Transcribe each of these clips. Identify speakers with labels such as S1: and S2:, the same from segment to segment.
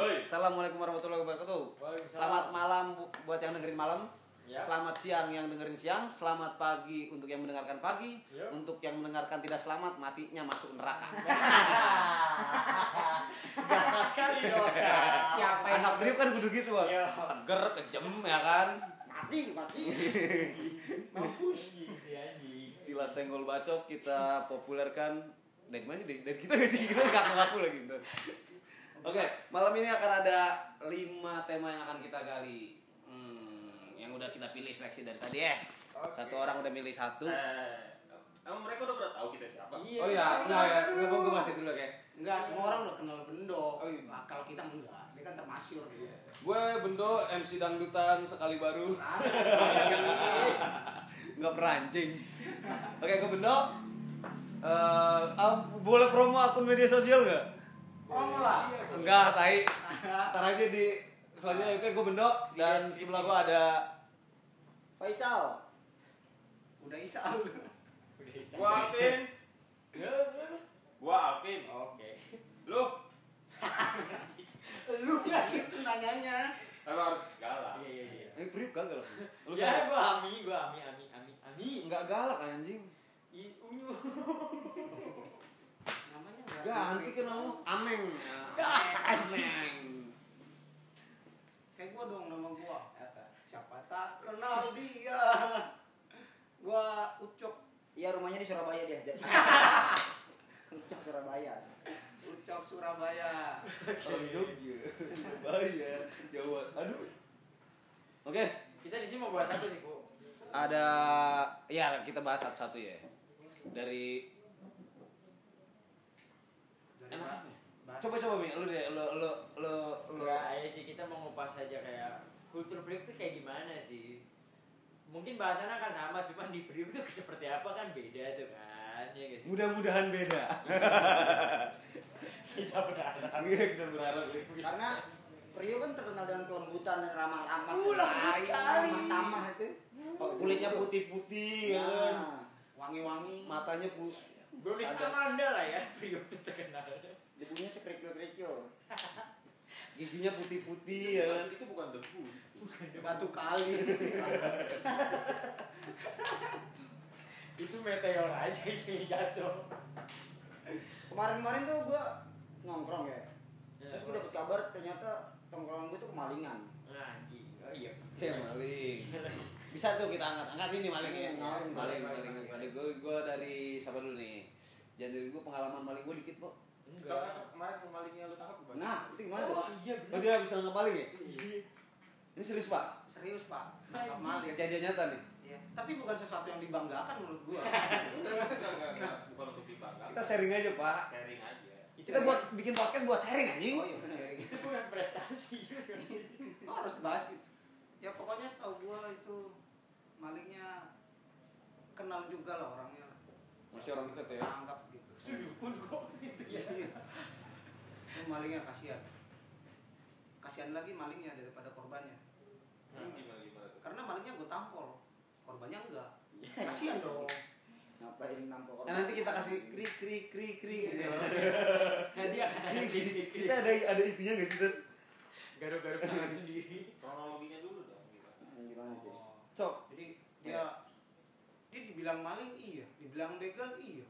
S1: Ya, Assalamualaikum warahmatullahi wabarakatuh.
S2: Waalaikumsalam.
S1: Selamat malam bu- buat yang dengerin malam.
S2: Ya.
S1: Selamat siang yang dengerin siang. Selamat pagi untuk yang mendengarkan pagi.
S2: Ya.
S1: Untuk yang mendengarkan tidak selamat matinya masuk neraka.
S2: Jahat kali lo. Siapa yang
S1: Anak beliau kan kudu gitu bang.
S2: Ya.
S1: Teger, kejem ya kan.
S2: mati mati? Mampus si anjing.
S1: Istilah senggol bacok kita populerkan dari mana sih dari, dari kita nggak sih kita nggak ngaku lagi bentar. Oke, malam ini akan ada lima tema yang akan kita gali. Hmm, yang udah kita pilih seleksi dari tadi ya.
S2: Oke.
S1: Satu orang udah milih satu.
S3: Eh, emang mereka udah pernah tahu kita siapa?
S1: Oh iya, enggak ya, gue gue masih dulu kayak.
S4: Enggak, semua orang udah kenal Bendo.
S1: Oh, iya.
S4: Nah, kalau kita enggak, dia kan termasyur gitu.
S1: Gue Bendo MC dangdutan sekali baru. Enggak pernah anjing. Oke, gue Bendo. Eh, ah, boleh promo akun media sosial enggak?
S4: Promo lah.
S1: Enggak, tai. Ntar aja di selanjutnya oke gue Bendo dan sebelah gue ada
S2: Faisal.
S4: Udah isal.
S3: Gua Alvin.
S2: Ya,
S3: Gua Alvin.
S2: Oke.
S3: Lu
S4: Lu enggak gitu nanyanya.
S3: emang harus galak.
S2: Iya iya iya.
S1: Eh, Priuk kagak loh. Lu
S2: Ya,
S1: siapa?
S2: gua Ami, gua Ami, Ami, Ami, Ami.
S1: Enggak galak anjing.
S2: I- Unyu.
S4: Namanya enggak.
S1: Ganti ke nama Ameng. Ameng.
S4: Kayak gua dong nama gua. Siapa tak kenal dia. Gua Ucok.
S5: Iya rumahnya di Surabaya dia. Jadi- Ucok Surabaya.
S4: Ucok Surabaya.
S1: Orang Jogja, Surabaya, Jawa. Aduh. Oke,
S2: Kita di sini mau bahas apa sih, Bu?
S1: ada ya kita bahas satu-satu ya. Dari
S4: Dari
S1: enak.
S4: Ba- Ba-
S1: Coba coba Mi, lu deh, lu lu lu lu.
S2: Enggak, ayo sih kita mau ngupas aja kayak kultur break tuh kayak gimana sih? Mungkin bahasannya akan sama, cuman di break tuh seperti apa kan beda tuh kan. Ya guys.
S1: Mudah-mudahan beda.
S2: Kita berharap.
S1: Iya, kita berharap Mi.
S5: Karena Rio kan terkenal dengan kelembutan dan ramah-ramah.
S2: Uh, lembut
S5: Lain,
S2: kali.
S5: Ramah-tamah itu.
S1: Kulitnya putih-putih,
S2: Iya.
S1: ya kan?
S5: Nah,
S4: Wangi-wangi.
S1: Matanya putih.
S2: Belum di
S1: Sadar.
S2: Amanda lah ya, Priok tuh terkenal.
S5: debunya sekerikil-kerikil.
S1: Giginya putih-putih, ya kan?
S3: Itu bukan debu.
S4: Batu kali.
S2: Itu meteor aja yang jatuh.
S5: Kemarin-kemarin tuh gua nongkrong
S2: Iya.
S5: ya. Terus gua
S2: Terus
S5: dapet kabar ternyata tongkrongan gua tuh kemalingan.
S2: ngaji. Oh iya.
S1: Ya maling. Bisa tuh kita angkat. Angkat ini malingnya.
S5: Maling,
S1: Maling, ya. maling,
S2: maling, maling.
S1: maling. Gue gue dari siapa dulu nih? Jangan dari gue pengalaman maling gue dikit, Po.
S2: Enggak.
S3: kemarin pemalingnya lu tangkap gimana?
S5: Nah, itu gimana tuh?
S2: Oh iya
S1: Oh
S2: benar.
S1: dia bisa nggak maling ya? Ini serius pak?
S4: Serius, Pak. Nangkap maling.
S1: Kejadian nyata nih.
S4: Iya. Tapi bukan sesuatu yang dibanggakan menurut gua. Oh
S3: Enggak, enggak, enggak, enggak, enggak. Bukan untuk dibanggakan.
S1: Kita sharing aja pak.
S3: sharing aja.
S1: Kita buat bikin podcast buat sharing anjing.
S4: Oh iya, sharing.
S2: itu bukan prestasi juga sih.
S4: Oh, harus bahas gitu. Ya pokoknya setahu gua itu malingnya kenal juga lah orangnya lah.
S1: Masih orang dekat ya. Iya.
S4: Tangkap gitu.
S2: Sujud pun kok gitu ya.
S4: Itu malingnya kasihan. Kasihan lagi malingnya daripada korbannya.
S3: Hmm, Gimana gimana tuh?
S4: Karena malingnya gua tampol. Korbannya enggak. Kasihan dong.
S5: Ngapain
S1: Nah,
S5: nampol orang? Iya.
S1: nanti kita kasih kri kri kri kri gitu.
S2: Nanti Nah, akan ada gini.
S1: kita ada ada itunya nggak sih Ter?
S2: garuk-garuk tangan sendiri.
S3: Kronologinya dulu dong. gimana?
S5: Nah, Gimana tuh?
S1: Cok.
S4: Jadi
S1: Ya.
S4: dia dia dibilang maling iya, dibilang begal iya.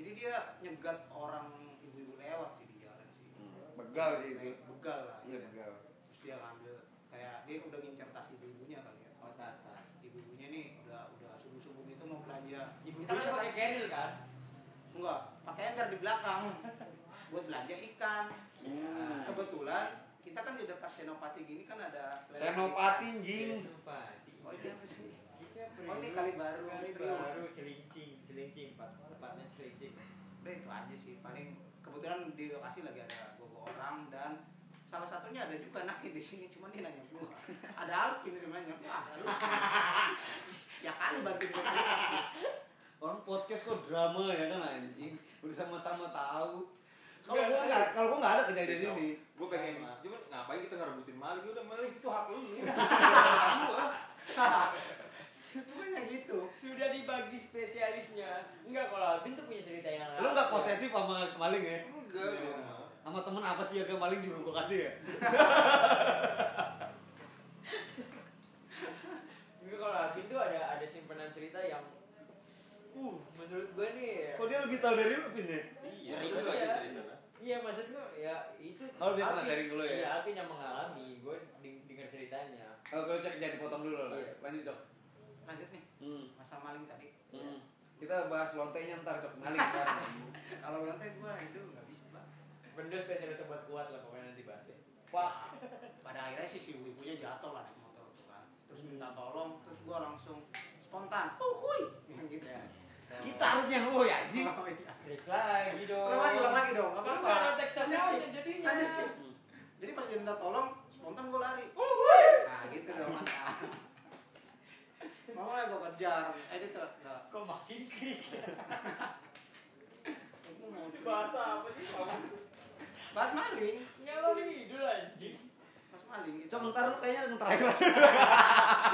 S4: Jadi dia nyegat orang ibu-ibu lewat sih di jalan sih.
S1: Begal sih itu.
S4: Kayak Begal lah.
S1: Hmm. Iya
S4: iya.
S1: begal.
S4: terus dia ngambil kayak dia udah ngincer tas ibu-ibunya kali ya oh tas tas ibu-ibunya nih udah udah subuh-subuh gitu mau belanja
S2: Ibu
S4: kita kan pakai
S2: keril kan?
S4: enggak pakai ember di belakang buat belanja ikan Nah,
S1: Hmm.
S4: kebetulan kita kan di dekat senopati gini kan ada
S1: Senopati anjing.
S2: Senopati.
S4: oh ini apa sih
S2: Kita
S4: Oh, ini kali baru.
S2: iya. Kali baru celincing, celincing, Pak. Tepatnya celincing.
S4: udah itu aja sih paling kebetulan di lokasi lagi ada beberapa orang dan salah satunya ada juga Naki di sini cuman dia nanya gua ada Alvin sebenarnya wah ada Alvin. ya kali bantu gua cerita.
S1: Orang podcast kok drama ya kan anjing. Udah sama-sama tahu. eh. Kalau gua nggak kalau gua nggak ada kejadian ini.
S3: Gue pengen,
S2: Sama.
S3: cuman ngapain kita ngerebutin maling? Udah maling itu hak lu. Gua.
S4: bukannya gitu
S2: Sudah dibagi spesialisnya. Enggak kalau Alvin tuh punya cerita yang
S1: Lu nggak posesif sama maling ya?
S3: Enggak. gua mah.
S1: sama temen apa sih yang paling juga gue kasih ya?
S2: Tapi kalau Hakim tuh ada ada simpenan cerita yang uh menurut gue nih
S1: Kok dia lebih tahu dari lu Pin ya?
S3: Iya,
S2: Ngeri
S3: lu
S2: juga
S3: lagi
S2: ya.
S3: cerita lah.
S2: Iya maksud gue ya itu
S1: Oh, dia pernah
S2: Alvin-
S1: sharing dulu ya?
S2: Iya Alvin yang mengalami Gue denger ceritanya
S1: Oh, gue cek jangan dipotong dulu lah.
S2: Iya.
S1: Lanjut cok.
S4: lanjut nih
S1: Hmm.
S4: masalah maling tadi
S1: Hmm. Kita bahas lontenya ntar cok maling sekarang.
S4: kalau lantai gua itu nggak bisa pak
S2: Benda spesialis buat kuat lah pokoknya nanti ya. bahasnya
S1: Fuck.
S4: pada akhirnya sih si ibu-ibunya jatuh lah naik motor tuh kan terus minta tolong terus gua langsung spontan oh hui gitu ya
S1: Kita harusnya oh ya anjing.
S4: ulang lagi
S2: Klik lagi dong
S4: ulang lagi dong nggak
S2: Lu
S4: apa-apa
S2: gak ada tektonya
S4: Lanjut,
S2: aja jadinya
S4: lanjut, sih. jadi pas dia minta tolong spontan gua lari
S2: Oh gue
S4: nah gitu dong mantap Mau lah gua kejar, eh dia tuh, tuh.
S2: Kok makin krik
S4: Gua mau
S3: Bahasa apa sih?
S4: Mas maling,
S2: Nggak lo nih idul anjing
S4: mas maling. gitu.
S1: Cok ntar lu kayaknya yang terakhir aja.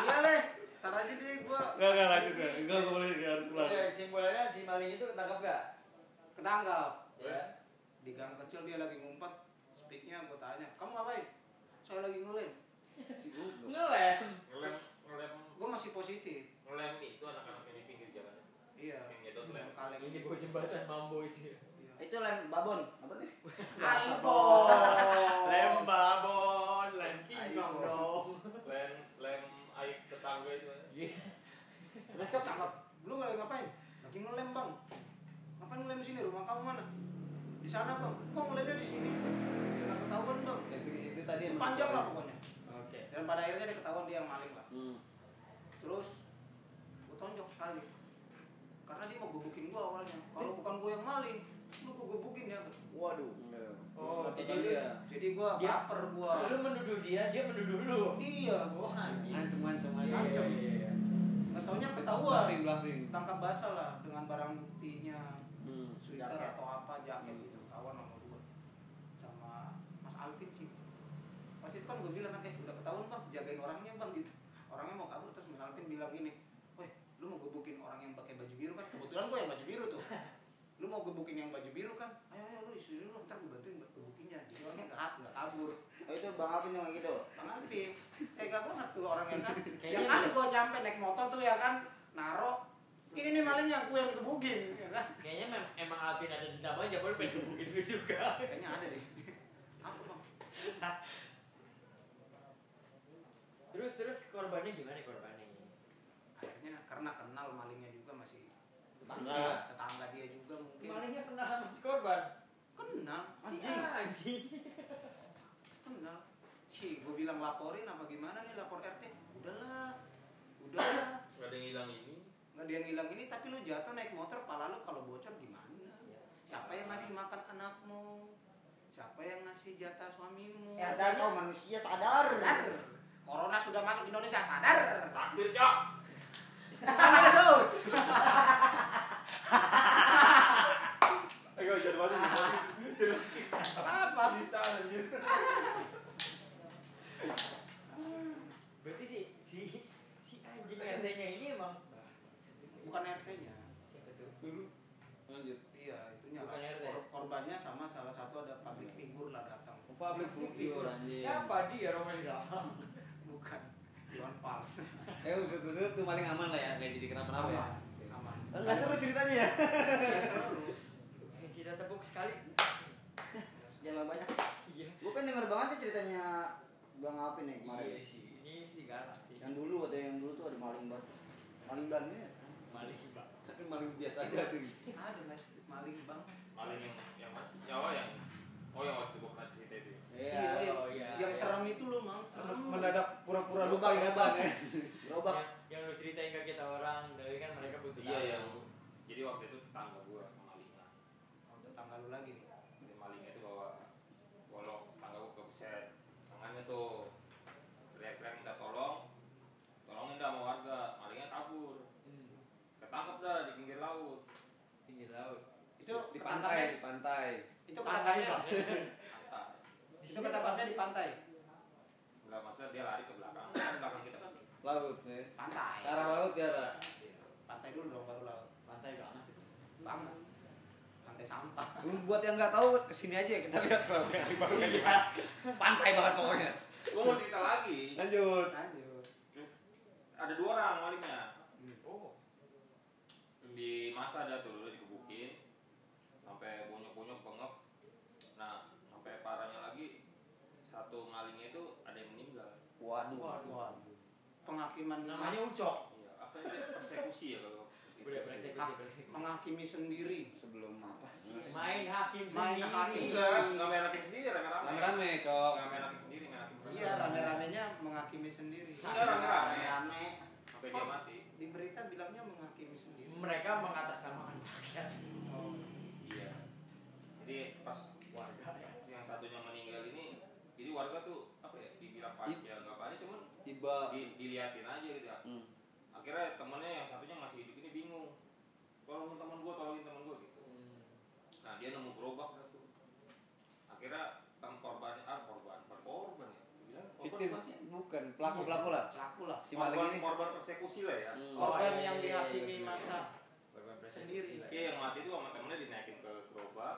S4: Iya leh, ntar aja deh gua
S1: Gak gak lanjut ya. Enggak gak boleh gak harus ulang.
S2: Oke, Kesimpulannya si maling itu ketangkap gak?
S4: ketangkap.
S2: Ya
S4: Di gang kecil dia lagi ngumpet, speaknya gua tanya, kamu ngapain? Saya lagi ngelem.
S1: Si goblok.
S2: Ngelem
S3: Ngelem, ngelem,
S4: Gua masih positif.
S3: ngelem itu anak-anak yang di pinggir jalan.
S4: Iya.
S3: Yang nyedot lem.
S4: Kaleng
S2: Ini gue iya, jembatan mambo itu ya.
S4: Iya.
S5: Itu lem babon, apa nih?
S4: iPhone.
S2: Lem babon, lem
S4: Ayo.
S2: kingkong dong
S3: Lem, lem air tetangga itu.
S2: Iya.
S4: Terus kau tangkap. Lu nggak ngapain? Lagi ngelem bang. Ngapain ngelem di sini? Rumah kamu mana? Di sana bang. Kok ngelemnya di sini? Nggak ketahuan bang.
S1: Itu itu tadi yang
S4: Panjang lah pokoknya.
S2: Oke
S4: Dan pada akhirnya dia ketahuan dia yang maling lah.
S1: Hmm.
S4: terus gue tonjok sekali karena dia mau gebukin gue awalnya kalau bukan gue yang maling lu gue gebukin ya
S5: Waduh.
S2: Oh,
S1: Kata
S2: jadi lu-
S1: dia,
S4: jadi gue
S2: Dia-
S4: baper gue
S2: Lu menuduh dia, dia menuduh lu
S4: iya
S2: Oh anjing
S1: Ngancem-ngancem aja.
S2: Iya, iya, iya, iya.
S4: nggak taunya
S1: Bluffing,
S4: ketahuan
S1: bluffing.
S4: tangkap basah lah dengan barang buktinya
S1: Hmm.
S4: sweater
S5: Jaket.
S4: atau apa jaket
S1: Hmm.
S4: gitu ketahuan sama gue sama Mas Alvin sih waktu itu kan gue bilang kan eh udah ketahuan bang jagain orangnya bang gitu orangnya mau kabur terus Mas Alvin bilang gini weh lu mau gebukin orang yang pakai baju biru kan kebetulan gue yang baju biru tuh lu mau gebukin yang baju biru kan ayo ayo lu istri lu ntar gue bantuin buat gebukinnya jadi orangnya nggak nggak kabur
S5: Oh, itu Bang Alvin yang gitu.
S4: Bang Alvin tega banget tuh orangnya kan yang
S2: Kayaknya
S4: kali
S2: dia-
S4: gue nyampe naik motor tuh ya kan naro ini nih malingnya gue yang digebukin ya kan
S2: Kayaknya mem emang Alvin ada dendam aja, baru pengen gebukin lu juga.
S4: kayaknya ada deh apa bang
S2: Terus terus korbannya gimana korbannya?
S4: akhirnya karena kenal malingnya juga masih
S1: Tetangga.
S4: tetangga dia juga mungkin
S2: Malingnya kenal sama si korban.
S4: kenal
S2: Si
S4: anjing
S2: anjing.
S4: kenal si gue bilang laporin apa gimana nih lapor rt udahlah udahlah
S3: Gak ada yang hilang ini.
S4: nggak ada yang hilang ini tapi lu jatuh naik motor pala lu kalau bocor gimana siapa yang ngasih makan anakmu siapa yang ngasih jatah suamimu
S2: Iya,
S5: Sadar kau manusia sadar.
S4: Sadar. corona sudah masuk Indonesia sadar
S3: Takbir, Cok.
S4: Tangan Yesus.
S3: Eh, gak jadi masuk.
S4: apa
S3: Bisa anjir.
S2: Berarti si si si anjing RT-nya ini emang
S4: bukan rt nya
S2: siapa tuh?
S1: Dulu. Lanjut.
S4: iya itunya
S2: Bukan
S4: lah.
S2: RT.
S4: Kor- korbannya sama salah satu ada public figure lah datang
S1: Public figure anjing.
S2: Siapa dia Roman Irama?
S4: bukan Iwan Fals
S1: Eh usut-usut tuh paling aman lah ya, nggak jadi kenapa-napa ya.
S4: aman aman
S1: Enggak seru ceritanya ya.
S4: Iya, seru.
S2: Eh, Kita tepuk sekali.
S5: Jangan banyak.
S2: Iya.
S5: Gue kan denger banget ya ceritanya Bang Alvin nih kemarin. Kan
S2: Iya sih, ini si galak sih.
S5: Yang dulu ada yang dulu tuh ada maling banget. Maling banget ya.
S2: Maling Mbak.
S1: Tapi maling biasa aja. Ding.
S4: ada mas maling bang
S3: Paling yang yang masih nyawa yang Oh yang waktu gue pernah cerita itu. ya?
S5: Iya.
S4: Iya,
S2: oh,
S1: Ya,
S2: iya,
S4: yang
S2: iya.
S4: serem itu loh mang serem
S1: Mendadak pura-pura
S5: Gerobak
S1: lupa ya, Bang.
S5: gerobak. Gerobak.
S2: Yang, yang lu ceritain ke kita orang, tapi kan mereka butuh
S3: Iya
S2: tahu.
S3: yang jadi waktu itu tetangga gue malingnya.
S4: Oh, tetangga lu lagi nih
S3: Jadi malingnya itu bawa golok tetangga gue kebeset. Tangannya tuh teriak-teriak minta tolong. Tolongin dah sama warga. Malingnya kabur.
S2: Hmm,
S3: Ketangkep dah di pinggir laut.
S2: pinggir laut.
S4: itu
S1: Di
S4: ketangkapnya
S1: pantai, di pantai.
S4: itu ketangkapnya
S3: Antar.
S4: itu ketangkapnya di pantai
S3: Enggak masa dia lari ke belakang. Kan belakang kita kan.
S1: Laut ya.
S4: pantai
S1: Ke arah laut ya, arah.
S4: pantai dulu dong baru laut
S2: Pantai banget.
S4: banget pantai pantai sampah.
S1: Buat yang nggak tahu kesini aja ya kita lihat Lautnya Kalibaru kan dia. Pantai banget pokoknya.
S3: Gua mau cerita lagi.
S1: Lanjut.
S4: Lanjut.
S3: Ada dua orang malingnya.
S2: Oh.
S3: Di masa ada tuh dulu dikebukin sampai bonyok-bonyok bengep. Nah, sampai parahnya lagi satu malingnya itu ada yang meninggal.
S1: Waduh.
S2: Waduh. waduh.
S4: Penghakiman
S2: Namanya Ucok.
S3: Iya, apa ya? Persekusi ya kalau.
S2: Udah bereksekusi, bereksekusi.
S4: menghakimi sendiri.
S1: Sebelum apa sih?
S2: Main hakim
S4: Main
S2: sendiri.
S4: hakim.
S3: Enggak, enggak kan, main hakim sendiri, rame-rame.
S1: Rame-rame, Cok.
S3: Enggak main hakim sendiri, main hakim.
S4: Iya, rame-ramenya menghakimi sendiri.
S3: Iya, rame-rame.
S4: Rame.
S3: Sampai dia mati.
S4: Di berita bilangnya menghakimi sendiri.
S2: Mereka mengatasnamakan rakyat
S4: Oh.
S3: Iya. Jadi pas
S2: warga ya.
S3: yang satunya meninggal ini, jadi warga tuh apa ya? Dibilang panic ya, enggak panik, cuman
S1: Tiba.
S3: di- diliatin aja gitu ya.
S1: Hmm.
S3: Akhirnya temennya yang satunya masih hidup ini bingung. Tolongin temen gua, tolongin temen gua gitu. Nah, dia nemu gerobak dah tuh. Akhirnya tang korban, ah korban, korban ya. Bilang korban
S1: Fiktif.
S3: bukan sih?
S1: Bukan pelaku pelaku lah.
S4: Laku lah.
S1: Si maling
S3: Korban,
S1: ini.
S3: korban persekusi lah ya.
S1: Hmm.
S4: Korban
S2: Hmm. Oh, iya,
S4: yang
S2: iya, iya,
S4: dihakimi
S2: iya.
S4: masa
S2: Berbuat bereksekusi
S4: Sendiri.
S2: lah ya.
S3: Iya yang mati itu sama temennya dinaikin ke gerobak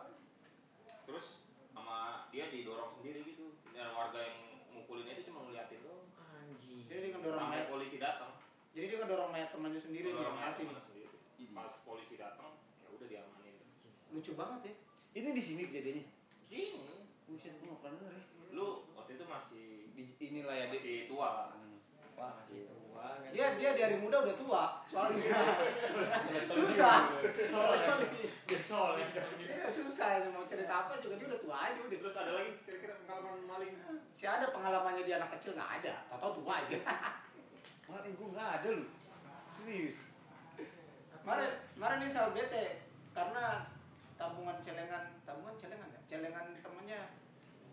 S3: Terus sama dia didorong sendiri gitu Dan warga yang mukulinnya itu cuma ngeliatin doang
S4: jadi
S2: Anjing.
S4: dia ngedorong
S3: Sampai
S4: mayat
S3: polisi datang
S4: jadi dia ngedorong mayat temannya sendiri dia yang
S3: Dorong
S4: mati
S3: temennya sendiri Pas polisi datang ya udah diamanin
S4: lucu banget ya
S1: Ini di sini kejadiannya.
S3: Sini
S1: Buset, gua nggak pernah denger ya.
S3: Lu waktu itu masih
S1: Di, inilah ya, Dik.
S3: masih tua lah
S1: Wah,
S2: Masih tua. kan.
S4: dia dia dari muda udah tua
S2: Iya.
S4: soalnya
S1: susah.
S2: Dia soleh.
S4: Iya, susah itu mau cerita apa juga dia udah tua aja udah
S3: Terus ada lagi kira-kira pengalaman maling
S4: si ada pengalamannya di anak kecil nggak ada tau tua aja
S1: Wah, eh, gua nggak ada lu. Serius.
S4: kemarin kemarin ini sel bete karena tabungan celengan tabungan celengan ya celengan temennya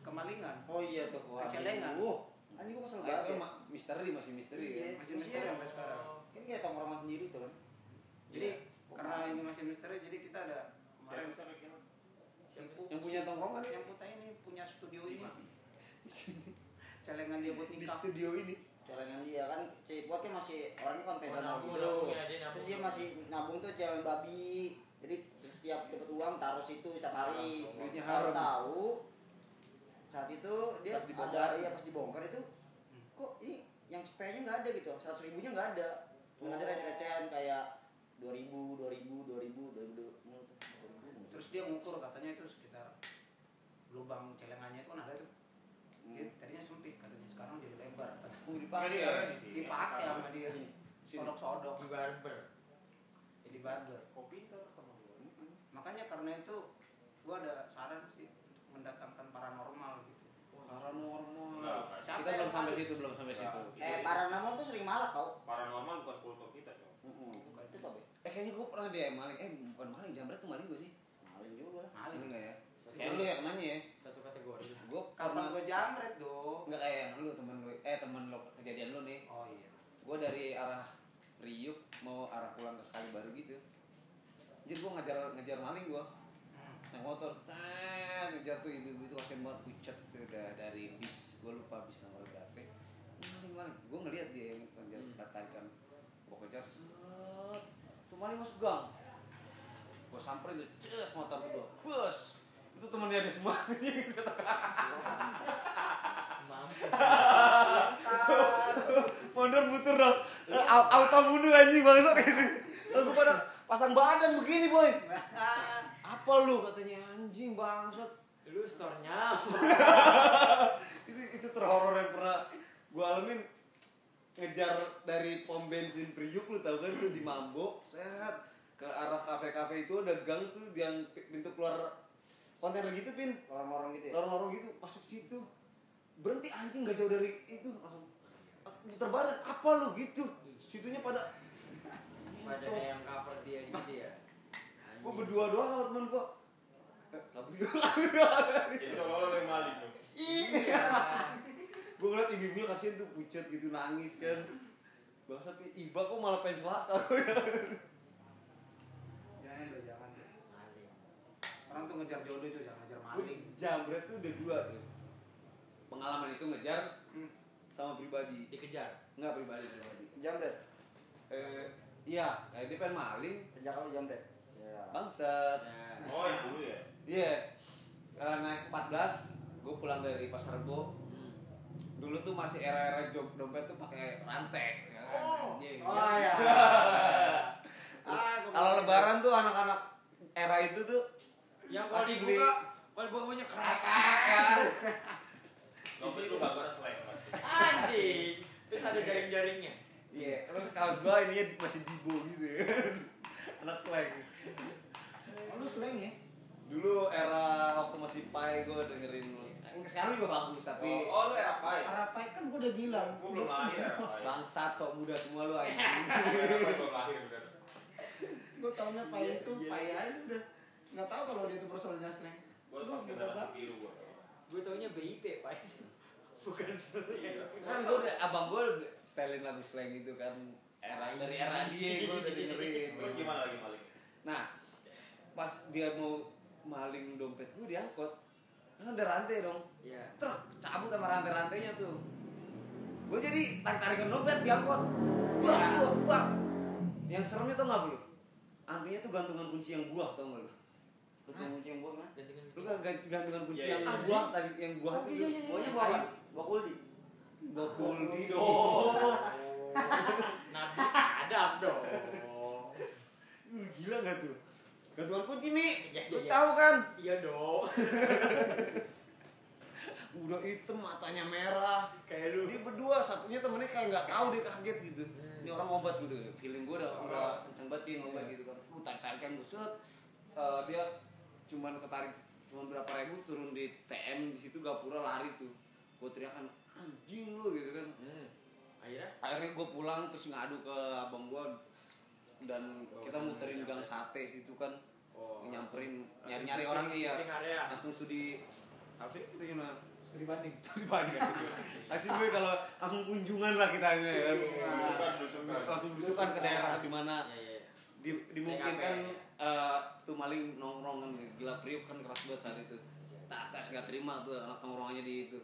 S4: kemalingan
S5: Oh iya tuh. wah.
S4: Kecelengan.
S5: Uh, anjing gua kesel
S1: Nah,
S5: banget.
S1: itu
S5: ya.
S1: ma- misteri masih misteri
S5: Iya.
S1: kan.
S4: masih misteri sampai sekarang
S5: Kan kayak tongkrongan sendiri tuh kan.
S4: jadi
S1: Iya.
S4: karena ini masih misteri jadi kita ada kemarin
S3: Siapa sampai kira
S2: Eh,
S4: si-
S1: Yang punya tongkrongan ya
S4: yang puta ini punya studio ini
S3: Lima.
S1: di sini
S4: celengan dia buat
S1: di
S4: nikah
S1: studio ini.
S5: Celengan dia kan Cipuat kan masih orangnya konvensional
S2: Nabung,
S5: gitu.
S2: nabung ya, dia nabung.
S5: Terus dia masih nabung tuh celengan babi. Jadi setiap dapat uang taruh situ setiap hari.
S1: Duitnya
S5: Baru
S1: Iya, haram.
S5: tahu saat itu dia
S1: Pas dibongkar.
S5: ada iya pas dibongkar itu kok ini yang cepetnya nggak ada gitu, seratus ribunya nggak ada. Cuma ada receh-recehan kayak dua ribu, dua ribu, dua ribu, dua ribu,
S4: terus dia ngukur katanya itu sekitar lubang celengannya itu kan ada tuh
S5: Hmm.
S4: dia tadinya sempit katanya sekarang jadi lebar
S1: Hmm. Oh,
S3: Nggak, dia
S1: dipakai.
S3: di sini.
S4: dipakai sama dia
S5: Sini.
S4: sodok-sodok
S2: Di barber.
S4: jadi barber
S3: Kok pinter ketemu gua?
S4: makanya karena itu gua ada saran sih untuk mendatangkan paranormal gitu
S3: Enggak,
S1: Paranormal.
S3: enggak.
S1: Kita belum sampai situ, belum sampai situ.
S5: Eh, paranormal tuh sering malah tau.
S3: Paranormal bukan kultur kita cowok
S1: Mm-mm.
S4: bukan
S5: Itu tau, Be.
S1: Eh kayaknya gue pernah deh maling. Eh bukan maling, jambret tuh maling gue sih.
S5: Maling juga lah.
S1: Maling
S4: maling
S1: enggak ya? Kayak
S4: Kayak
S1: lu yang nanya ya.
S2: Satu kategori lah.
S1: Gue
S4: kapan
S1: pernah
S4: gua jamret dong
S1: enggak kayak yang lu temen lu eh temen lu kejadian lu nih.
S4: oh iya
S1: Gue dari arah Riuk mau arah pulang ke Kalibaru gitu. Jadi gue ngejar ngejar maling gue
S4: Hmm.
S1: naik motor, tan ngejar tuh ibu-ibu itu kasian banget pucat tuh da- dari bis, gue lupa bis nomor berapa. Maling maling, gue ngeliat dia yang ngejar
S2: Hmm.
S1: tar- tarikan, gue kejar, set, tuh maling masuk gang. Gue samperin tuh, ces motor gue, bus, itu temennya ada semua.
S2: Ah, Mampus.
S1: Mundur butuh dong, Eh, au- auto mundur anjing bangsat. Langsung pada pasang badan begini boy. Apa lu katanya anjing bangsat.
S2: Lu store-nya.
S1: itu itu terhoror yang pernah gue alamin ngejar dari pom bensin Priuk lu tau kan tuh di Mambo sehat ke arah kafe-kafe itu ada gang tuh yang pintu keluar kontainer gitu pin
S5: Orang-orang gitu ya.
S1: lorong-lorong gitu masuk situ berhenti anjing gak jauh dari itu langsung putar badan apa lu gitu situnya pada
S2: Pada
S1: Tuh.
S2: yang cover dia gitu ya.
S1: gue berdua doang sama Eh, teman gue kabur dulu
S3: Jadi seolah-olah yang maling dong
S2: Iya.
S1: gue ngeliat ibu-ibunya kasihan tuh pucat gitu nangis kan bangsat nih, iba kok malah pengen celaka
S4: jangan dong jangan dong.
S2: Maling.
S4: orang tuh ngejar jodoh tuh jangan ngejar
S1: Gue
S4: maling
S1: jambret tuh udah dua tuh pengalaman itu ngejar
S4: Hmm.
S1: sama pribadi
S2: Dikejar.
S1: nggak pribadi pribadi
S5: Jambret.
S1: eh iya eh, dia pengen maling
S5: Kerja kamu jambret. Iya.
S4: Ya.
S1: bangsat
S2: Nah,
S3: Oh, yang dulu ya.
S1: iya Eh, naik 14 gue pulang dari pasar rebo
S2: hmm.
S1: dulu tuh masih era-era job dompet tuh pakai rantai ya kan? Anjing.
S4: Oh ya.
S5: iya.
S4: Ah, gua
S1: kalau
S4: mau-
S1: lebaran tuh anak-anak era itu tuh
S2: Yang kalau
S1: Pasti beli.
S2: dibuka, kalau dibuka banyak kerak.
S3: Dompet lu gambar slang pasti.
S2: Anjing. Terus ada jaring-jaringnya.
S1: iya terus kaos gua ininya di- masih dibo gitu ya anak slang
S4: Oh, lu slang ya?
S1: dulu era waktu masih pai gue dengerin sekarang juga bagus tapi
S3: Oh, oh lu era pai.
S4: Arapai kan gua udah bilang.
S3: Gua belum lahir era pai.
S1: bangsat sok muda semua lu anjing
S3: Era pai belum lahir bener.
S4: Gua taunya pai itu pai aja udah. Enggak tahu kalau dia itu persoalannya slang.
S3: Gua
S4: Lu
S3: pas kena
S4: udah
S3: nasi
S4: tahu.
S3: biru gua.
S2: Gue taunya BIP, Pak. Bukan
S3: Iya.
S2: sebenarnya.
S1: kan gue udah abang gue setelin lagu slang itu kan era dari era dia gue udah dengerin
S3: Terus gimana lagi maling?
S1: nah pas dia mau maling dompet gue diangkut kan ada rantai dong
S2: Iya.
S1: truk cabut sama rantai-rantainya tuh gue jadi tangkarikan dompet diangkut bang
S2: Iya.
S1: gua bang yang seremnya tau gak lu antinya tuh gantungan kunci yang buah tau gak lu
S5: Tutup kunci yang gua kan?
S2: Ganti ganti.
S1: lu kan gan- gantungan kunci
S3: Iya,
S1: yang
S2: iya.
S1: buah tadi yang buah
S2: Oh,
S1: itu
S2: iya, iya,
S5: Pokoknya
S2: iya.
S5: gua kan? Gua kuldi.
S1: bakul di
S2: Oh. Nabi Adam dong.
S1: Lu gila gak tuh gantungan kunci mi
S2: Iya,
S1: lu
S2: iya,
S1: tahu kan
S2: Iya dong.
S1: udah hitam matanya merah
S2: Kayak lu.
S1: dia berdua satunya temennya kayak nggak tahu dia kaget gitu
S2: Hmm.
S1: ini orang obat gitu feeling gue udah udah kenceng banget dia obat gitu kan lu tarik tarikan busut Eh, dia cuman ketarik cuman berapa ribu turun di TM di situ gapura lari tuh gue teriakan anjing lu gitu kan
S2: Hmm. Akhirnya
S1: akhirnya gue pulang terus ngadu ke abang gue dan
S2: Oh,
S1: kita
S2: kan
S1: muterin gang
S2: nyamperin.
S1: sate situ kan
S2: oh,
S1: nyamperin
S2: langsung-
S1: nyari nyari
S2: langsung
S1: orang
S2: syuting-
S1: iya
S2: syuting area.
S1: langsung studi apa sih kita gimana
S4: Studi banding.
S1: studi banding Asli gue kalau langsung kunjungan lah kita ini ya kan.
S2: Iya.
S3: Dusukan,
S1: Terus
S3: dusukan.
S1: langsung belusukan ke daerah di mana
S2: Iya, iya.
S1: di- dimungkinkan
S2: TKP,
S1: eh, tuh maling nongkrong kan gila priuk kan keras banget saat itu.
S2: Iya.
S1: Tak saya nggak terima tuh anak nongkrongannya di itu.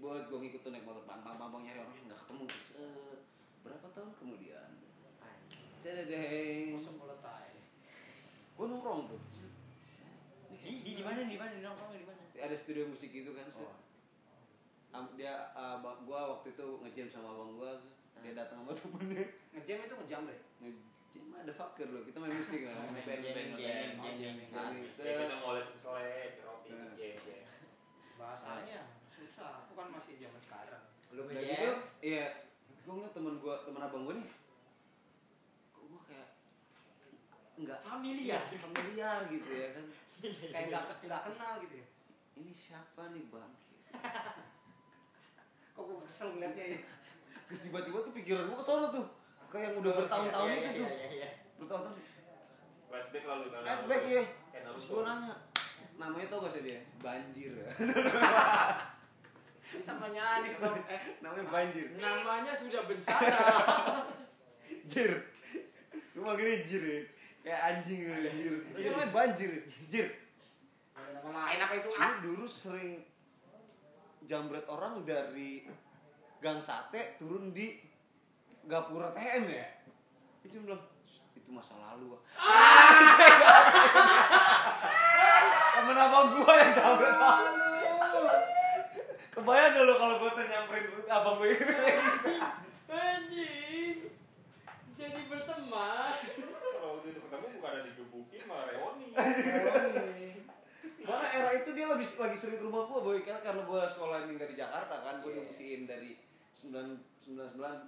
S1: Buat gue ngikut tuh naik motor bang bang bang, bang, nyari orang yang nggak ketemu terus eh, berapa tahun kemudian. Dedeng,
S4: Langsung mulai tai.
S1: gue nongkrong tuh.
S2: Di di di mana di mana di nongkrongnya di mana?
S1: Ada studio musik gitu kan. set.
S2: Oh.
S1: Am- Dia, eh, ba- gua waktu itu ngejam sama abang gua, terus
S2: Ah.
S1: dia datang sama temennya.
S4: Ngejam itu ngejam deh.
S1: Ngejam ada fucker loh, kita main musik kan,
S2: Main
S1: band
S2: jamming,
S1: band
S2: jamming,
S1: band,
S2: jamming,
S1: jamming.
S2: Iya,
S3: Ya, kita mau lihat sesuai, roti,
S1: Nah.
S3: jeng-jeng.
S4: Bahasanya susah. Aku kan masih zaman sekarang.
S2: Lu
S1: Udah gitu,
S2: ngejam.
S1: iya, gue ngeliat temen gue, temen abang gue nih, kok gue kayak nggak
S2: Familiar.
S1: familiar gitu ya kan,
S4: Kayak enggak enggak kenal gitu ya.
S1: ini siapa nih bang?
S4: Kok gua kesel ngeliatnya ya.
S1: Terus tiba-tiba tuh pikiran gue kesana tuh, kayak yang udah bertahun-tahun
S2: Iya,
S1: itu
S2: iya,
S1: tuh,
S2: Iya, iya, Nah, iya.
S1: bertahun-tahun,
S3: Flashback lalu kan.
S1: flashback ya,
S3: Kayak
S1: terus
S3: Naruto.
S1: gue nanya, namanya tau gak sih dia? Banjir ya,
S4: Sama nyaris dong. Eh,
S1: namanya Banjir,
S2: Namanya sudah bencana.
S1: Jir. Lu manggilnya Jir ya? Kayak anjing ya, Jir. Itu
S2: Jir.
S1: namanya banjir. Jir.
S4: nama lain apa itu?
S1: Lu
S4: Ah,
S1: dulu sering jambret orang dari gang sate turun di Gapura TM ya? Itu bilang, "Shh, itu masa lalu ah. Temen abang gua yang jambret orang. Kebayang gak lo kalau gua tuh nyamperin abang gue
S2: Anjing. Jadi berteman.
S3: Kalau waktu itu ketemu bukan ada digebukin malah reoni.
S1: Karena era itu dia lebih lagi sering ke rumah gua boy karena karena gua sekolah ini nggak di Jakarta kan gua diungsiin dari 999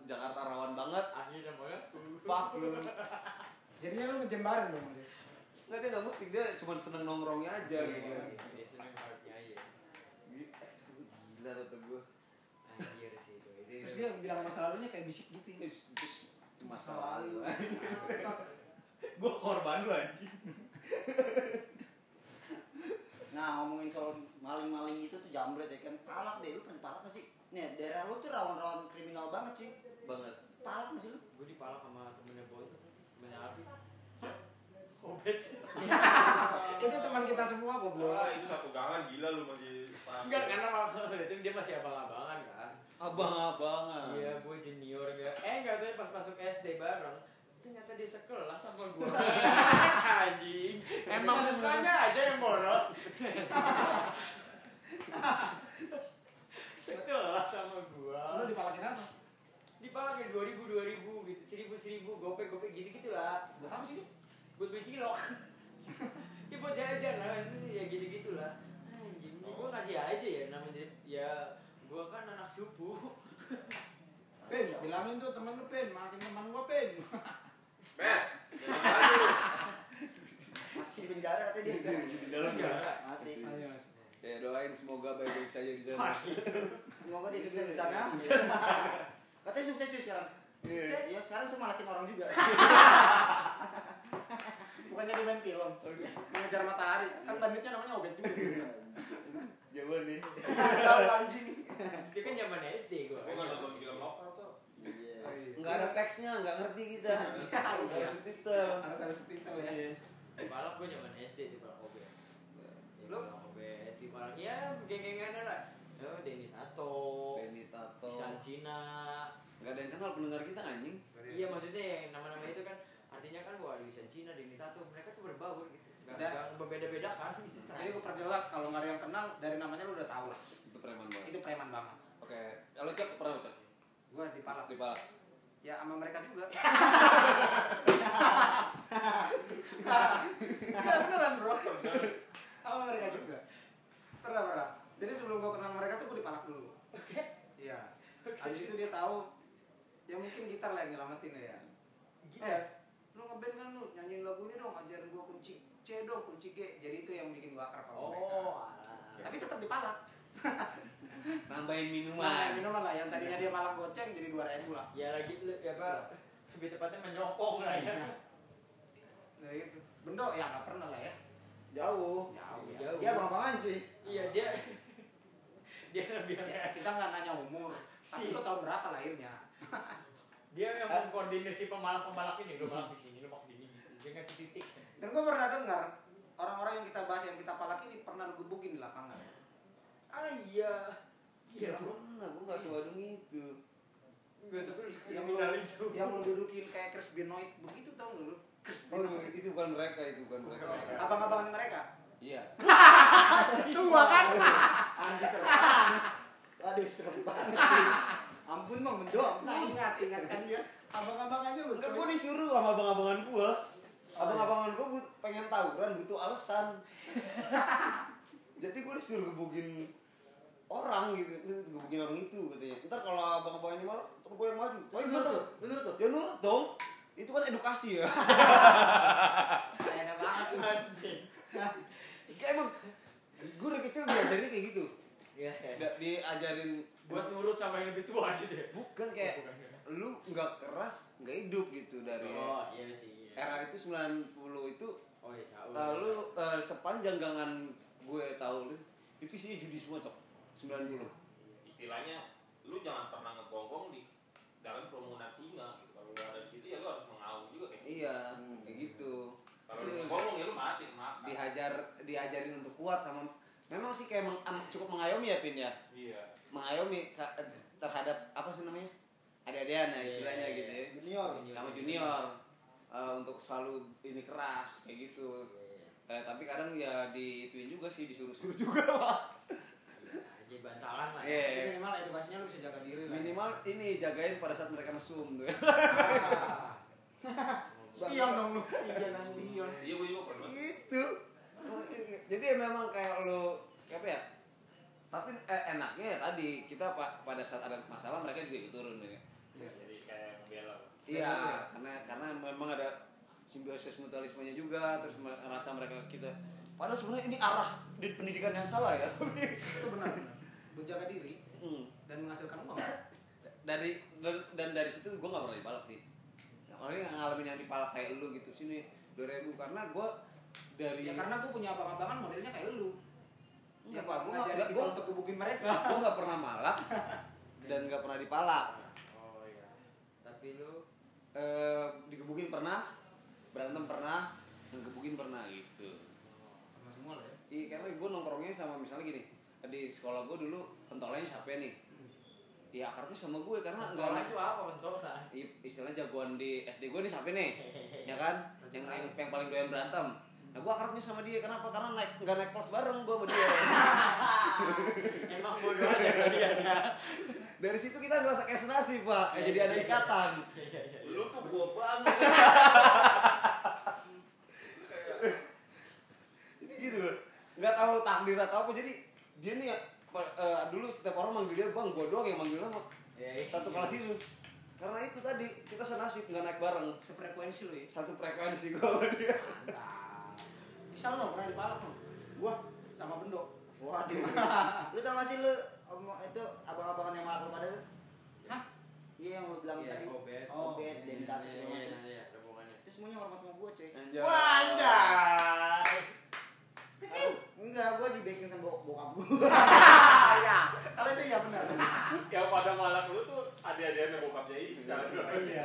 S1: Jakarta rawan banget.
S2: Akhirnya mau ya.
S1: Fuck lu.
S4: Jadinya lu ngejam bareng dong. Mas.
S1: Enggak dia nggak musik dia cuma seneng nongkrongnya aja gitu.
S2: Dia seneng vibe-nya aja.
S1: Gitu. Gila kata gua.
S2: Anjir sih itu. Itu-
S4: Terus dia bilang masa lalunya kayak bisik gitu. ya.
S1: Terus terus masa lalu.
S4: Gua korban lu anjing.
S5: Nah ngomongin soal maling-maling itu tuh jambret ya kan Palak deh, lu pernah palak gak sih? Nih daerah lu tuh rawan-rawan kriminal banget cuy
S1: Banget.
S5: Palak gak sih lu?
S2: gue dipalak sama temennya boy tuh temennya Abi Obet
S4: Itu teman kita semua
S3: Wah, kan?
S4: goblok.
S3: itu satu gangan gila lu masih paham.
S2: enggak karena kalau itu dia masih abang-abangan kan
S1: Abang-abangan.
S2: ya. iya gue junior enggak eh enggak tuh pas masuk SD bareng ternyata dia sekelas sama gua anjing emang mukanya aja yang boros sekelas sama
S4: Lu
S2: gua
S4: dipalakin apa?
S2: dipakai 2000 2000 gitu 1000 1000 gopek gopek gitu gitulah
S4: Buat apa sih?
S2: buat beli cilok ya buat jajan lah itu ya gitu gitulah anjing ya gua kasih aja ya namanya ya gua kan anak subuh
S4: Pin, bilangin tuh temen lu Pin, malakin temen gua Pin.
S3: Bet, jangan lagi lu.
S5: Masih di penjara katanya dia.
S1: Di dalam ya.
S5: Masih.
S4: Ayo mas.
S1: Ya doain semoga baik-baik saja di sana.
S5: gitu. Semoga dia sukses di sana. Katanya sukses cuy sekarang.
S1: Iya.
S5: Iya, sekarang cuma malakin orang juga.
S4: Bukannya dia main film, mengejar matahari. Kan banditnya namanya Obed juga.
S1: Jawaban nih.
S4: Tahu anjing.
S2: itu kan zaman SD gua
S3: Gua nggak nonton film lokal tuh.
S5: Iya.
S1: Enggak ada teksnya, enggak ngerti kita.
S4: Iya.
S1: Enggak ada subtitle.
S4: Harus ada subtitle ya.
S1: Iya.
S2: Palak gue zaman SD di Palak Obet. Di
S4: Lu?
S2: Palak Obet, di Palak ya geng-gengannya lah. Ya Denny Tato,
S1: Benny Tato.
S2: Pisan Cina.
S1: Enggak ada yang kenal pendengar kita anjing.
S2: Iya maksudnya yang nama-nama itu kan artinya kan wah di Pisan Cina, Denny Tato, mereka tuh berbaur gitu. Gak,
S4: Dan-
S2: gak membeda-bedakan gitu.
S4: Jadi gua perjelas kalau nggak ada yang kenal dari namanya lu udah tahu lah.
S1: Itu preman banget.
S4: Itu preman banget.
S1: Oke, kalau cek pernah cek
S4: Gua dipalak.
S1: di pala.
S4: Ya sama mereka juga. Iya beneran bro. Sama mereka juga. Pernah pernah. Jadi sebelum gua kenal mereka tuh gua dipalak dulu.
S2: Oke.
S4: Iya. Habis itu dia tahu ya mungkin gitar lah yang nyelamatin ya.
S2: Gitu.
S4: Eh, lu ngeband kan lu nyanyiin lagunya dong, ajarin gua kunci C dong, kunci G. Jadi itu yang bikin gua akrab sama mereka.
S2: Oh, alah.
S4: Tapi tetap dipalak.
S1: Nambahin
S4: Nah,
S1: minuman.
S4: minuman lah yang tadinya dia malah goceng jadi 2000 lah.
S2: Ya lagi lu- ya apa? Lebih tepatnya menyokong lah ya.
S4: Nah, gitu. Bendo ya nggak pernah lah ya.
S5: Jauh.
S4: Jauh ya.
S2: Jauh.
S5: Dia abang-abangan sih.
S2: Iya dia dia lebih
S4: Ya, kita nggak nanya umur, tapi
S2: Si.
S4: lu tahun berapa lahirnya?
S2: dia yang mengkoordinir si pemalak-pemalak ini lu malak di sini lu malak di sini dia ngasih titik
S4: Dan gua pernah dengar orang-orang yang kita bahas yang kita palak ini pernah lu gebukin di lapangan.
S2: ah iya
S1: Iya, pernah. Gua enggak sewadung itu.
S2: gue tapi harus
S4: Yang
S2: kriminal itu
S4: Yang lu dudukin kayak Chris Benoit begitu tau nggak lu? Chris
S1: Oh,
S4: Benoit.
S1: itu bukan mereka, itu bukan mereka.
S4: Abang-abangan mereka.
S1: Iya.
S4: Tua kan?
S5: Anjir serem banget. Waduh serem banget. cuy. Ampun bang mendoa.
S4: Nah ingat ingat kan dia abang-abang aja lu.
S1: Iya. Enggak, gua disuruh sama abang-abangan gua. Abang-abangan gua but- pengen tawuran, butuh alasan. Jadi gua disuruh gebukin orang gitu, gebukin orang itu katanya. Ntar kalau abang-abangannya marah, ntar gua yang maju. Wah,
S5: Menurut tuh, menurut tuh.
S1: Ya nurut dong. Itu kan edukasi ya.
S4: Kayaknya banget. lu.
S2: anjing
S1: Kayak emang gua dari kecil diajarin kayak gitu.
S2: ya ya.
S1: Nggak diajarin
S2: buat nurut sama yang lebih tua gitu ya
S1: bukan kayak lu nggak keras, nggak hidup gitu dari
S2: oh iya sih iya.
S1: era itu 90 itu
S2: oh ya jauh
S1: Lalu eh, sepanjang gangan gue tahu lu itu sih judi semua cok 90
S3: Istilahnya, lu jangan pernah ngegonggong di dalam kerumunan singa. Gitu. Kalau lu ada di situ ya lu harus mengaum juga kayak singa.
S1: iya
S5: Hmm.
S1: kayak gitu
S3: Kalau lu ngegonggong ya lu mati, mati.
S1: dihajar diajarin untuk kuat sama memang sih kayak meng- am- cukup mengayomi ya pin ya
S3: Iya.
S1: mengayomi ka- terhadap apa sih namanya adik-adian ya
S2: Iya,
S1: istilahnya
S2: iya,
S1: gitu ya
S5: Junior.
S1: sama junior eh, untuk selalu ini keras kayak gitu
S2: Iya,
S1: Eh, tapi kadang ya diituin juga sih disuruh-suruh juga Pak.
S2: Nah, jadi bantalan lah ya.
S1: Iya.
S4: Tapi Minimal edukasinya lu bisa jaga diri lah.
S1: minimal ini jagain pada saat mereka mesum tuh ya.
S4: Ah. Spion dong lu.
S5: Iya nang
S4: Spion.
S3: Iya gua juga pernah.
S1: gitu jadi ya memang kayak lo apa ya tapi eh, enaknya ya tadi kita pa- pada saat ada masalah mereka juga ikut turun ya
S3: Iya, Jadi kayak membela.
S1: iya
S4: Benar.
S1: karena karena memang ada simbiosis mutualismenya juga terus merasa mereka kita padahal sebenarnya ini arah di pendidikan yang salah ya tapi
S4: Itu benar. benar. Lu jaga diri
S1: hmm.
S4: dan menghasilkan uang. Ya,
S1: dari dan, dan dari situ gue nggak pernah dipalak sih orangnya nggak ngalamin yang dipalak kayak lu gitu sini 2000 karena gue dari
S4: Ya karena gua punya abang-abangan modelnya kayak lu.
S1: Iya. Enggak,
S4: Ya gua
S1: gua-
S4: ngajarin kita
S1: gua-
S4: untuk gebukin mereka.
S1: gue nggak pernah malak dan nggak pernah dipalak
S2: oh iya tapi lu
S1: eh digebukin pernah berantem pernah ngegebukin pernah gitu
S4: Sama semua lah ya.
S1: iya karena gue nongkrongnya sama misalnya gini di sekolah gue dulu pentolanya siapa nih ya akarnya sama gue karena nggak
S2: Mentolan
S1: ada-
S2: itu apa mentolan?
S1: i- istilah Iya, jagoan di SD gue nih siapa nih ya kan yang, yang, yang paling doyan berantem nah gue akrabnya sama dia kenapa karena naik nggak naik kelas bareng gue sama dia
S2: Emang bodoh aja kalian ya.
S1: dari situ kita ngerasa kayak senasib pak Eh, jadi ada ikatan
S2: Iya, iya, iya.
S3: Lu tuh gua banget.
S1: jadi gitu loh nggak tahu takdir atau apa jadi dia nih ya, pa- eh, dulu setiap orang manggil dia bang gue doang yang manggil nama
S2: Iya, iya.
S1: satu kelas itu karena itu tadi kita senasib nggak naik bareng
S4: Sefrekuensi lu ya.
S1: satu frekuensi gue sama dia
S4: Mantap. Nah, Bisa lu pernah dipalak lu.
S5: Gua
S4: Sama bendo.
S5: waduh. lu tau gak sih lu omong itu abang-abangan yang malah pada lu?
S2: Hah?
S5: Iya yang lu bilang
S2: Iya,
S5: tadi.
S2: obet.
S4: Oh,
S5: Obet,
S2: Iya,
S5: Dendam
S2: iya,
S5: segala
S2: iya,
S5: macam.
S2: iya, rombongannya.
S5: Itu semuanya hormat sama gua, cuy.
S1: Anjay.
S2: Wah, anjay.
S5: Enggak, gua di backing sama bok- bokap gua.
S4: Ah, ya. Kalau itu ya benar.
S3: Yang pada malak lu tuh adik-adiknya bokapnya Isa.
S4: Iya.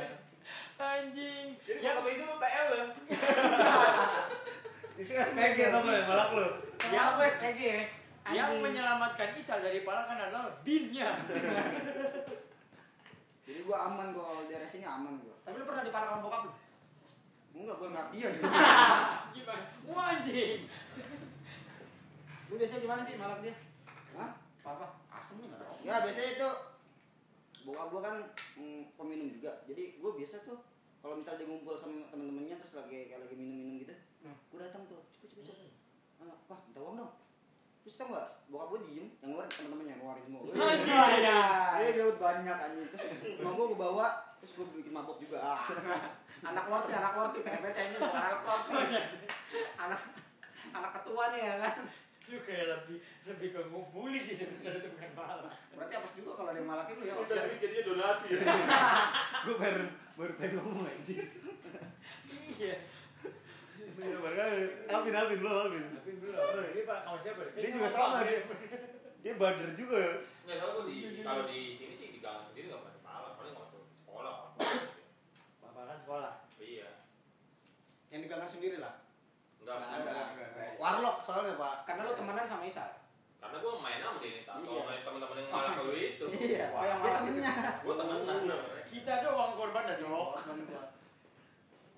S2: Anjing.
S3: Jadi
S2: Yang
S3: bokap Isa tuh TL lu.
S1: itu SPG tau gak malak lu
S4: Ya gue SPG ya.
S2: yang
S4: Anjing.
S2: menyelamatkan Isa dari palakan adalah binnya.
S5: Jadi gua aman gua kalau daerah sini aman gua.
S4: Tapi lu pernah dipalak sama bokap lu?
S5: Enggak, gua nggak dia.
S2: Gimana? Wah, anjing.
S4: Lu biasanya gimana sih malak dia? Iya,
S5: Hah?
S4: Apa? Asem nih enggak
S5: Enggak, Ya, biasanya itu bokap gua kan mm, peminum juga. Jadi gua biasa tuh kalau misalnya dia ngumpul sama temen-temennya terus lagi kayak lagi minum-minum gitu,
S4: Hmm.
S5: gua datang tuh, cepet cepet cepet. Ah, Wah, minta uang dong. Terus tau gak, bokap gua diem, yang luar temen-temennya ngeluarin semua.
S4: Iya.
S5: Iya, jauh banyak anjing. Terus emak gua gua bawa, terus gua bikin mabok juga. Ah.
S4: Anak worti, anak worti, PPT ini bukan anak worti. Anak anak ketua nih ya kan.
S2: Lu kayak lebih lebih ke ngumpulin sih sebenarnya itu bukan malah.
S4: Berarti apa juga kalau ada yang malakin lu ya.
S3: Udah duit jadinya donasi.
S1: gue baru baru pengen ngomong anjing
S2: Iya.
S1: Iya, makanya. Alvin Alvin belum Alvin
S2: Tapi belum. Ini Pak kamu siapa?
S1: Dia juga sama, dia. dia bader juga ya
S3: Enggak tahu gua di kalau di sini sih di gang sendiri enggak pernah malak, paling waktu sekolah.
S2: Bapak kan sekolah.
S3: Iya.
S4: Yang digangan sendiri lah.
S3: Enggak
S1: Nggak
S3: ada.
S1: ada.
S4: Enggak, enggak.
S1: warlock soalnya pak
S4: Karena lu temenan sama Isa.
S3: Karena gua main sama dia nih, tahu
S5: Iya.
S3: sama teman-teman yang malak lu itu.
S5: Iya,
S4: Oh, yang
S5: dia
S4: malah
S5: temennya.
S2: Iya.
S3: Gua temenan.
S2: Kita doang korban dan cowok.
S4: Korban gua.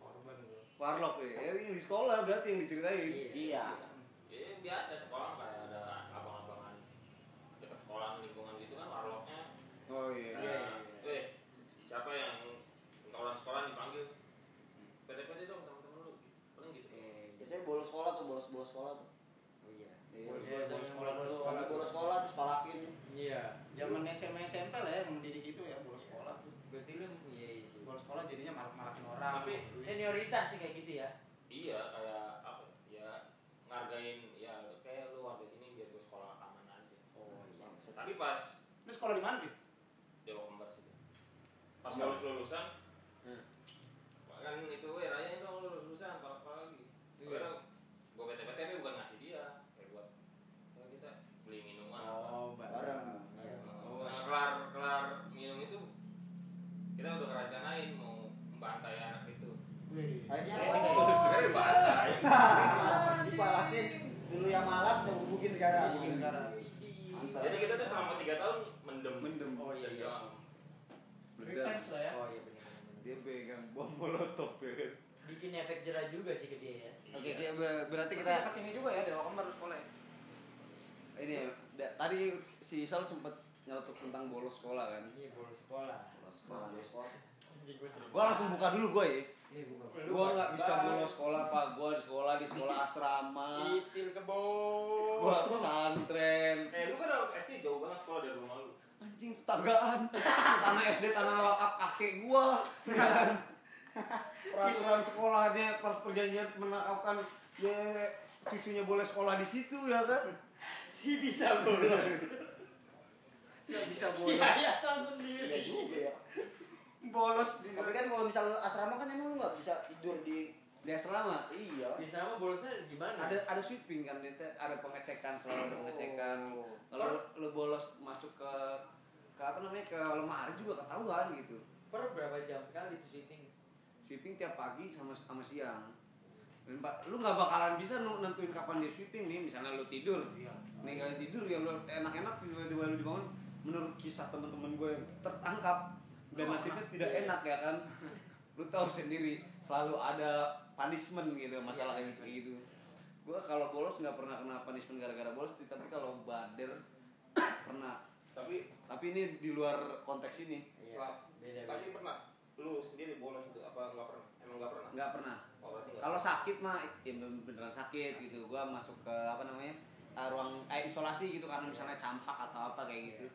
S4: Korban gua.
S1: warlock ya Ya, yang di sekolah berarti yang diceritain
S5: Iya.
S3: Iya biasa sekolah kayak ada abang-abangan dekat sekolah lingkungan gitu kan warlocknya.
S1: oh iya
S2: Iya.
S3: Eh, eh, siapa yang orang sekolah dipanggil? PT-PT dong teman-teman lu. Paling gitu.
S5: Biasanya bolos sekolah tuh, bolos bolos sekolah tuh.
S2: Iya.
S5: Iya.
S2: Bolos-
S4: Iya,
S2: bolos-
S4: sekolah,
S2: bolos-
S4: bolos-
S2: bolos-
S5: Kalau bolos sekolah terus palakin.
S2: Iya.
S4: Zaman SMA SMP lah ya mendidik itu ya bolos sekolah tuh.
S2: Berarti lu iya iya sih.
S4: Bolos sekolah jadinya malak-malakin orang.
S3: Tapi-
S2: Senioritas sih kayak gitu ya.
S3: Iya kayak apa? Ya ngargain ya kayak lu ada sini biar gua sekolah aman aja.
S2: Oh iya.
S3: Tapi pas
S4: lu sekolah di mana, Bi?
S3: Dewa Kembar sih. Pas lulus lulusan.
S1: Hmm.
S3: Kan itu eranya itu lulus lulusan kalau kalau lagi. Karena gua PT-PT bukan ngasih dia, kayak buat kalau kita beli minuman. apa.
S2: Oh,
S5: Barang.
S3: Nah, kelar kelar minum itu kita udah ngerencanain mau membantai anak itu.
S2: Iya,
S5: Akhirnya
S2: Kayaknya
S5: oh,
S2: kayak
S3: sebenarnya bantai.
S5: dipalakin dulu yang malam udah bukin sekarang.
S4: Bukin sekarang.
S5: Mantap.
S3: Jadi kita tuh selama 3 tahun mendem.
S1: mendem
S2: Oh iya iya. sih.
S1: Meledak.
S4: Revenge lah ya.
S2: Oh iya benar.
S1: dia pegang bom molotov ya kan?
S2: Bikin efek jerah juga sih ke dia ya.
S1: oke oke, ber- berarti
S4: Kita
S1: kita
S4: ke sini juga ya, Dewa Kembar lu sekolah. ya?
S1: ini ya, da- tadi si Sal sempet nyeletuk tentang bolos sekolah kan
S2: Iya bolos sekolah.
S1: bolos sekolah
S5: Bolos sekolah.
S2: Anjing Iya, gue seru.
S1: gue langsung buka dulu gue ya
S5: Eh, bukan.
S1: gue nggak bisa bolos sekolah pak gue di sekolah di sekolah asrama
S2: Itil kebo.
S1: gue pesantren
S3: Eh lu kan waktu SD jauh banget sekolah dari rumah lu.
S1: anjing tetanggaan tanah SD tanah wakaf kakek gua ya kan? peraturan sekolahnya per- perjanjian menakapkan ya cucunya boleh sekolah di situ ya kan
S2: Si bisa bolos.
S4: Nggak bisa
S2: Iya
S4: bolos.
S2: ya langsung
S5: Iya
S2: sendiri.
S5: juga ya.
S4: Bolos di
S5: Tapi kan kalau misalnya asrama kan emang lu nggak bisa tidur di
S1: di asrama
S5: iya.
S2: Di sana mah bolosnya gimana?
S1: ada ada sweeping kan Dit? ada pengecekan selalu ada pengecekan
S5: Oh.
S1: kalau lu bolos masuk ke ke apa namanya ke lemari juga ketahuan gitu
S2: per berapa jam kali itu syuting?
S1: sweeping tiap pagi sama sama siang Dan ba- lu nggak bakalan bisa nu- nentuin kapan dia sweeping nih misalnya lu tidur
S4: Iya.
S1: ninggalin tidur ya lu enak-enak tiba-tiba lu dibangun menurut kisah teman-teman gue yang tertangkap dan nasibnya tidak
S2: Iya.
S1: enak ya kan lu tahu sendiri selalu ada punishment gitu masalah kayak gitu gue kalau bolos nggak pernah kena punishment gara-gara bolos tapi kalau bader pernah
S3: tapi
S1: tapi ini di luar konteks ini
S2: Iya, beda
S3: tapi
S2: beda.
S3: pernah lu sendiri bolos itu apa nggak pernah emang nggak pernah
S1: nggak pernah
S3: oh, berarti nggak
S1: kalau sakit mah ya beneran sakit gitu gua masuk ke apa namanya uh, ruang eh, isolasi gitu karena misalnya campak atau apa kayak gitu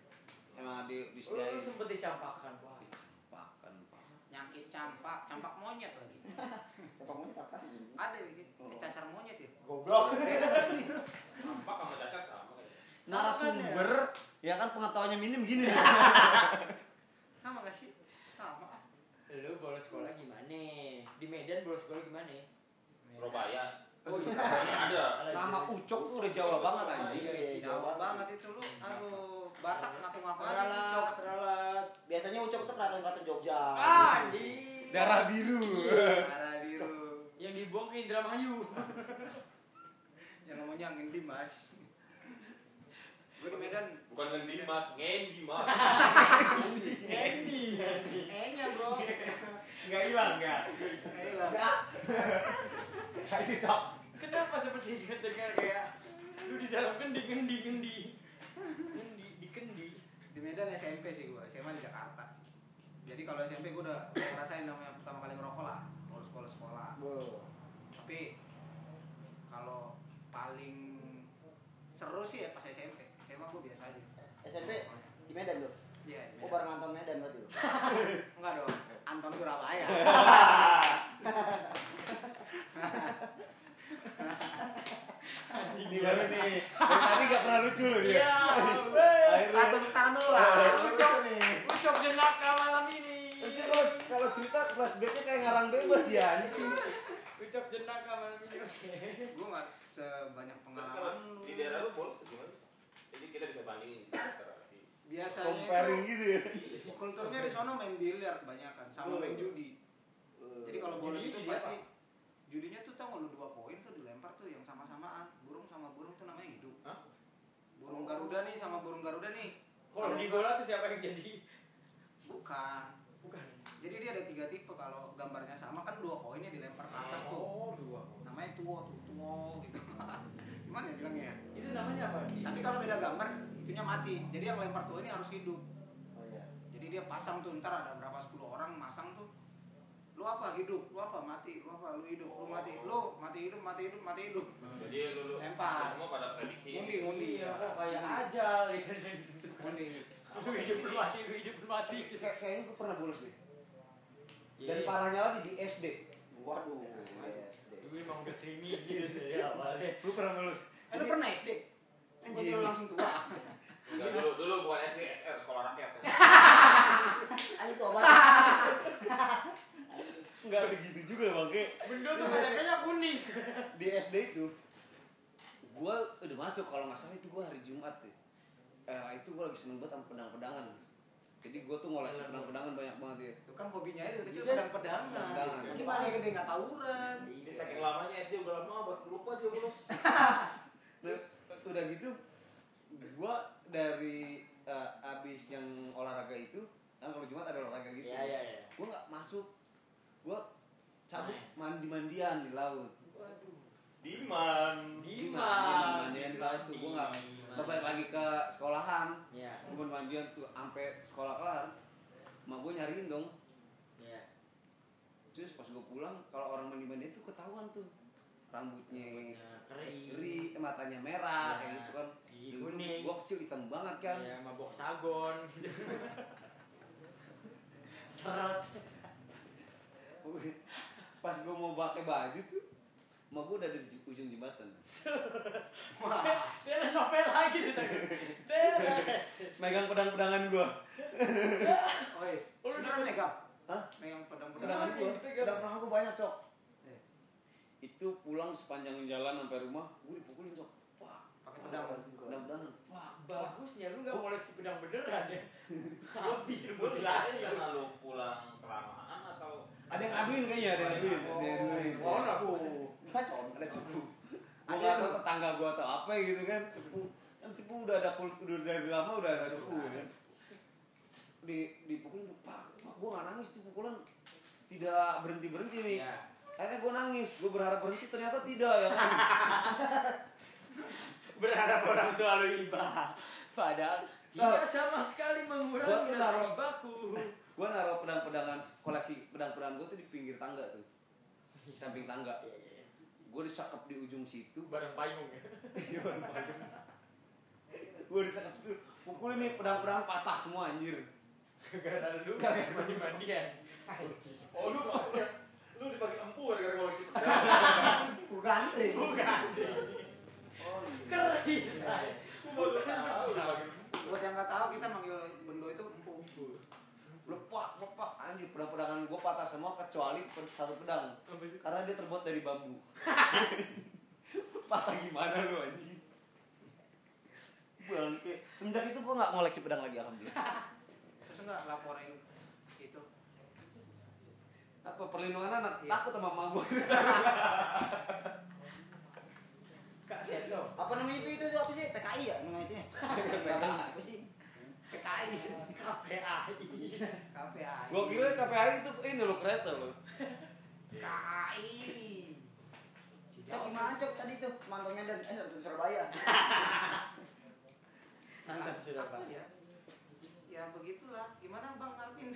S1: emang di
S2: Lu, lu
S1: disediain
S2: sempet dicampakkan, wah.
S1: dicampakan Pak.
S4: nyangkit campak campak monyet lagi
S5: Tempat monyet apa?
S4: ada bikin dicacar monyet ya
S2: Goblok.
S3: nampak sama cacar sama kayaknya
S1: narasumber kan ya kan pengetahuannya minim gini
S4: sama gak sih sama ah.
S2: Lu bolos sekolah gimana? Di Medan bolos sekolah gimana?
S3: Surabaya
S2: Oh iya.
S3: ada
S1: nama ucok tuh udah jawa banget anjing
S5: Iya, iya,
S4: Jawa banget itu lu aduh batak ngaku-ngaku aja
S2: Teralat,
S4: Cok.
S2: teralat.
S5: Biasanya ucok tuh keraton-keraton Jogja.
S2: Ah, anjing.
S1: darah biru
S4: darah biru
S2: yang dibuang ke Indramayu.
S4: yang ngomongnya angin dimas gue di Medan
S3: bukan Ngendi Mas Ngendi Mas
S2: Andy.
S4: eh nya bro
S1: nggak hilang nggak
S4: eh lah
S1: itu cok
S2: Kenapa seperti itu terdengar kayak lu di dalam kendi kendi kendi. Kendi di kendi.
S4: di Medan SMP sih gue SMA di Jakarta jadi kalau SMP gue udah udah ngerasain namanya pertama kali ngerokok lah bolos sekolah sekolah
S5: Wow.
S4: tapi kalau paling seru sih ya pas SMP SMA gue biasa aja
S5: SMP di Medan lo.
S4: iya di
S5: Oh
S4: Medan.
S5: bareng Anton Medan berarti lo.
S4: Oh, enggak dong Anton Surabaya
S1: ini baru nih Dari tadi nggak pernah lucu loh dia
S2: weh.
S1: Akhirnya-
S4: Anton Stano lah
S1: Ucok nih
S2: Ucok jenaka malam ini.
S1: Terus kalau kalau cerita flashbacknya kayak ngarang bebas ya anjing.
S2: Ucok jenaka malam ini. Oke.
S4: gue nggak sebanyak
S3: kalau
S4: pengalaman lu.
S3: di daerah lu bolos tuh gimana jadi kita bisa bandingin antara di-
S4: biasanya
S1: Comparing
S4: itu
S1: gitu ya.
S3: di-
S4: kulturnya di sono main biliar kebanyakan sama main judi jadi kalau bolos itu
S2: Judinya Oh. Eh, judi
S4: pasti judinya tuh tau nggak lu dua koin tuh dilempar tuh yang sama-samaan burung sama burung tuh namanya hidup
S3: Hah?
S4: burung garuda nih sama burung garuda nih
S2: Kalau di bola tuh siapa yang jadi?
S4: bukan
S2: Bukan.
S4: jadi dia ada tiga tipe kalau gambarnya sama kan dua koinnya dilempar ke atas tuh
S2: Oh, dua.
S4: namanya tuo tuh tuo gitu gimana ya bilangnya ya?
S2: Itu namanya apa? Di-
S4: tapi kalau beda gambar itunya mati jadi yang lempar tuo ini harus hidup
S5: Oh iya.
S4: jadi dia pasang tuh ntar ada berapa sepuluh orang masang tuh lu apa hidup lu apa mati lu apa lu hidup lu mati
S2: Oh.
S4: lu mati hidup mati hidup mati hidup
S3: jadi lu lu
S4: Lempar.
S3: semua pada prediksi
S4: ngundi ngundi
S2: Iya, kok kayak ajal gitu.
S4: ngundi
S2: Lu hidup lu mati, lu hidup lu mati.
S1: Kayak- kayaknya gue pernah bolos deh. Dan
S2: Iya.
S1: parahnya lagi di SD.
S5: Waduh. SD.
S2: Lu emang udah kriminal dari awalnya.
S1: Lu pernah bolos?
S4: eh lu pernah SD Gua
S1: Anjing.
S4: kira lu langsung tua
S3: Enggak, dulu dulu bukan SD SR sekolah rakyat ya.
S5: Ah itu apa?
S1: Enggak segitu juga bang. Kayak
S2: Benda tuh katanya kuning.
S1: di SD itu gue udah masuk kalau nggak salah itu gue hari Jumat tuh. Era itu gue lagi seneng banget sama pedang-pedangan. Jadi gue tuh ngoleksi
S2: Seneng.
S1: pedang-pedangan banyak banget ya.
S4: itu kan hobinya dari kecil
S5: Iya.
S4: pedang pedangan
S1: Pedang-pedangan.
S4: gimana ya gede nggak tawuran
S2: Iya.
S3: jadi saking lamanya SD udah lama buat lupa dia bolos
S1: Nah, udah gitu gue dari eh, abis yang olahraga itu kan kalau Jumat ada olahraga gitu.
S2: Iya, iya, iya.
S1: gue nggak masuk gue cabut mandi mandian di laut
S2: Diman.
S3: Diman
S1: Diman, Diman, itu gua nggak- Gua balik lagi ke sekolahan
S2: Iya,
S1: gue mandian tuh sampai sekolah kelar mak gue nyariin dong
S2: iya.
S1: terus pas gue pulang kalau orang mandi mandian tuh ketahuan tuh rambutnya
S2: Nah, Kering.
S1: Iya, keri eh, matanya merah
S2: Ya.
S1: kayak gitu kan
S2: Gigi kuning.
S1: gue kecil hitam banget kan
S2: Iya, mabok sagon gitu. Seret.
S1: pas gue mau pakai baju tuh mak gue udah ada di ujung jembatan
S4: Oh,
S2: Dia novel lagi di tangan. Dia-
S1: megang pedang-pedangan gue
S4: oh iya
S2: Oh,
S4: lu
S2: lu dapet-
S4: pernah megang
S1: Hah?
S4: megang pedang pedangan
S1: Pedangan
S2: Pedangan
S1: gua,
S2: yang dipegang.
S1: pedang pedangan gua banyak, Cok.
S4: Eh.
S1: Itu pulang sepanjang jalan sampai rumah, gua dipukulin, Cok. Wah,
S4: pakai pedang
S1: pedang-pedangan.
S2: Wah, bagusnya lu nggak koleksi pedang beneran ya. Habis
S3: Lu
S2: lu
S3: dikasih karena lu pulang kelamaan atau
S1: Ada yang aduin kayaknya, ada yang aduin. Ada yang aduin.
S2: Oh,
S1: Cok.
S2: ada.
S5: Nggak cowok.
S1: Ada cepu. Gua
S4: Ada
S1: nggak tahu
S4: yang-
S1: tetangga gua atau apa gitu kan, cepu. Kan cepu udah ada kul- udah dari lama udah ada cepu kan. di dipukulin tuh pak pak gue nggak nangis tuh pukulan tidak berhenti berhenti nih
S2: Iya.
S1: akhirnya gue nangis gue berharap berhenti ternyata tidak ya kan
S2: Berharap orang tua lu iba. Padahal
S1: Nah,
S2: tidak sama sekali mengurangi
S1: Gua
S2: rasa
S1: taruh-
S2: ibaku.
S1: gue naruh pedang-pedangan koleksi pedang-pedangan gue tuh di pinggir tangga tuh di samping tangga gue disekap di ujung situ
S2: Barang payung ya.
S1: gue disekap situ pukulin nih pedang-pedang patah semua anjir
S2: Gara-gara lu mandi-mandian. Anjing.
S3: Oh lu lu dibagi empu gara-gara koleksi pedang.
S5: bukan eh.
S2: Bukan.
S4: Oh, iya.
S2: Keren saya.
S4: Buat yang nggak tahu kita manggil bendo itu empu.
S1: lepak lepak anjir pedang-pedangan gue patah semua kecuali pe- satu pedang karena dia terbuat dari bambu patah gimana lu anjing bangke semenjak itu gue nggak ngoleksi pedang lagi alhamdulillah
S4: Terus nggak laporin itu.
S1: apa perlindungan anak
S4: Iya.
S1: takut sama mama gue
S2: Kak Seto.
S5: apa namanya itu itu apa sih PKI ya nama itu
S1: Iya.
S5: apa sih
S4: PKI,
S2: KPAI.
S4: KPI.
S1: gue kira KPI itu ini lo kereta lo
S4: KAI. Si
S5: kita
S4: Jawa.
S5: gimana cok tadi tuh mantan Medan eh mantan Surabaya
S2: Mantap sudah
S4: Apa
S2: Pak.
S4: ya? Ya begitulah. Gimana Bang Alvin?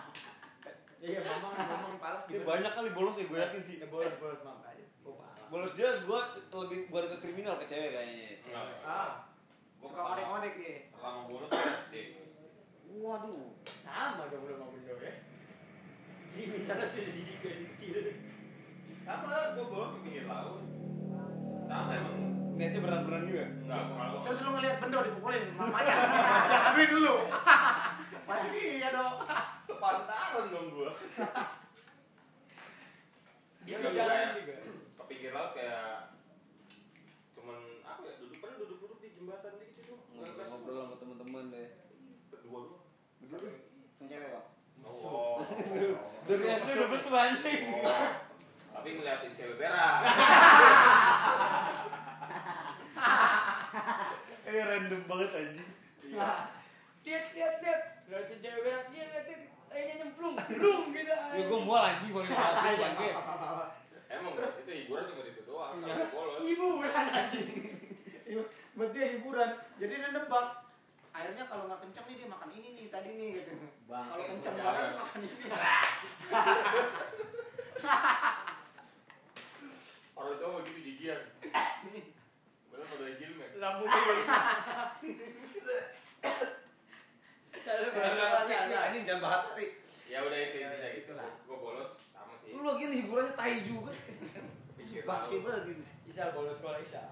S2: Iya, ngomong ngomong gitu. palas
S1: ini banyak kali bolos ya gue yakin sih
S2: Ya, bolos bolos mama aja. Oh, palas.
S1: bolos dia gue lebih bukan ke kriminal ke cewek kayaknya
S2: Ah,
S3: Gua
S4: Suka orek-orek dia.
S3: Lama bolos SD.
S5: waduh
S2: sama dong lu sama Bendo ya. Kriminalnya sudah dididik dari kecil.
S3: Sama gua bolos di pinggir laut. Sama emang.
S1: niatnya beran-beran juga
S3: Enggak kalau
S4: Terus lu ngeliat bendo dipukulin mamanya. Tapi dulu. Pasti ya dong.
S3: sepantaran dong gua.
S2: Dia
S3: Gak
S2: juga
S3: bisa.
S2: juga.
S3: Ke pinggir laut kayak cuman apa ya duduk pernah duduk-duduk di jembatan gitu doang. Nggak kasih.
S1: ngobrol sama teman-teman deh
S3: Berdua doang.
S5: sama cewek kok
S2: Musuh.
S3: Oh.
S1: dari SD udah besu anjing
S3: Oh. Tapi ngeliatin cewek berak.
S1: eh random banget anjing
S2: Lihat, lihat, lihat. Lihatin cewek berak dia liatin akhirnya nyemplung, brung gitu.
S1: ya gue mual anjing paling bahasa
S2: Iya,
S1: bangke
S2: apa-apa.
S3: Emang itu hiburan cuma itu doang, kalau bolos.
S2: Ibu beran anjing.
S4: Berarti ya hiburan. Jadi dia nebak. Akhirnya kalau nggak kenceng nih dia makan ini nih tadi nih gitu.
S1: Bang,
S4: Kalau
S1: kayak
S4: kenceng
S3: gua
S4: banget
S3: jaga.
S4: makan ini.
S3: Orang tua gitu jijian. Belum ada gilme.
S2: Lampu dulu. Salah
S1: Anjing,
S2: bahasa.
S1: anjing jangan bahas tapi
S3: Ya udah itu
S4: Ya,
S3: intinya gitu
S4: itulah.
S3: lah. Gua bolos sama sih.
S1: lu lagi nih hiburannya tai juga
S3: Pikir
S1: bangke
S3: laut.
S1: banget ini.
S2: Isal bolos sekolah Isal.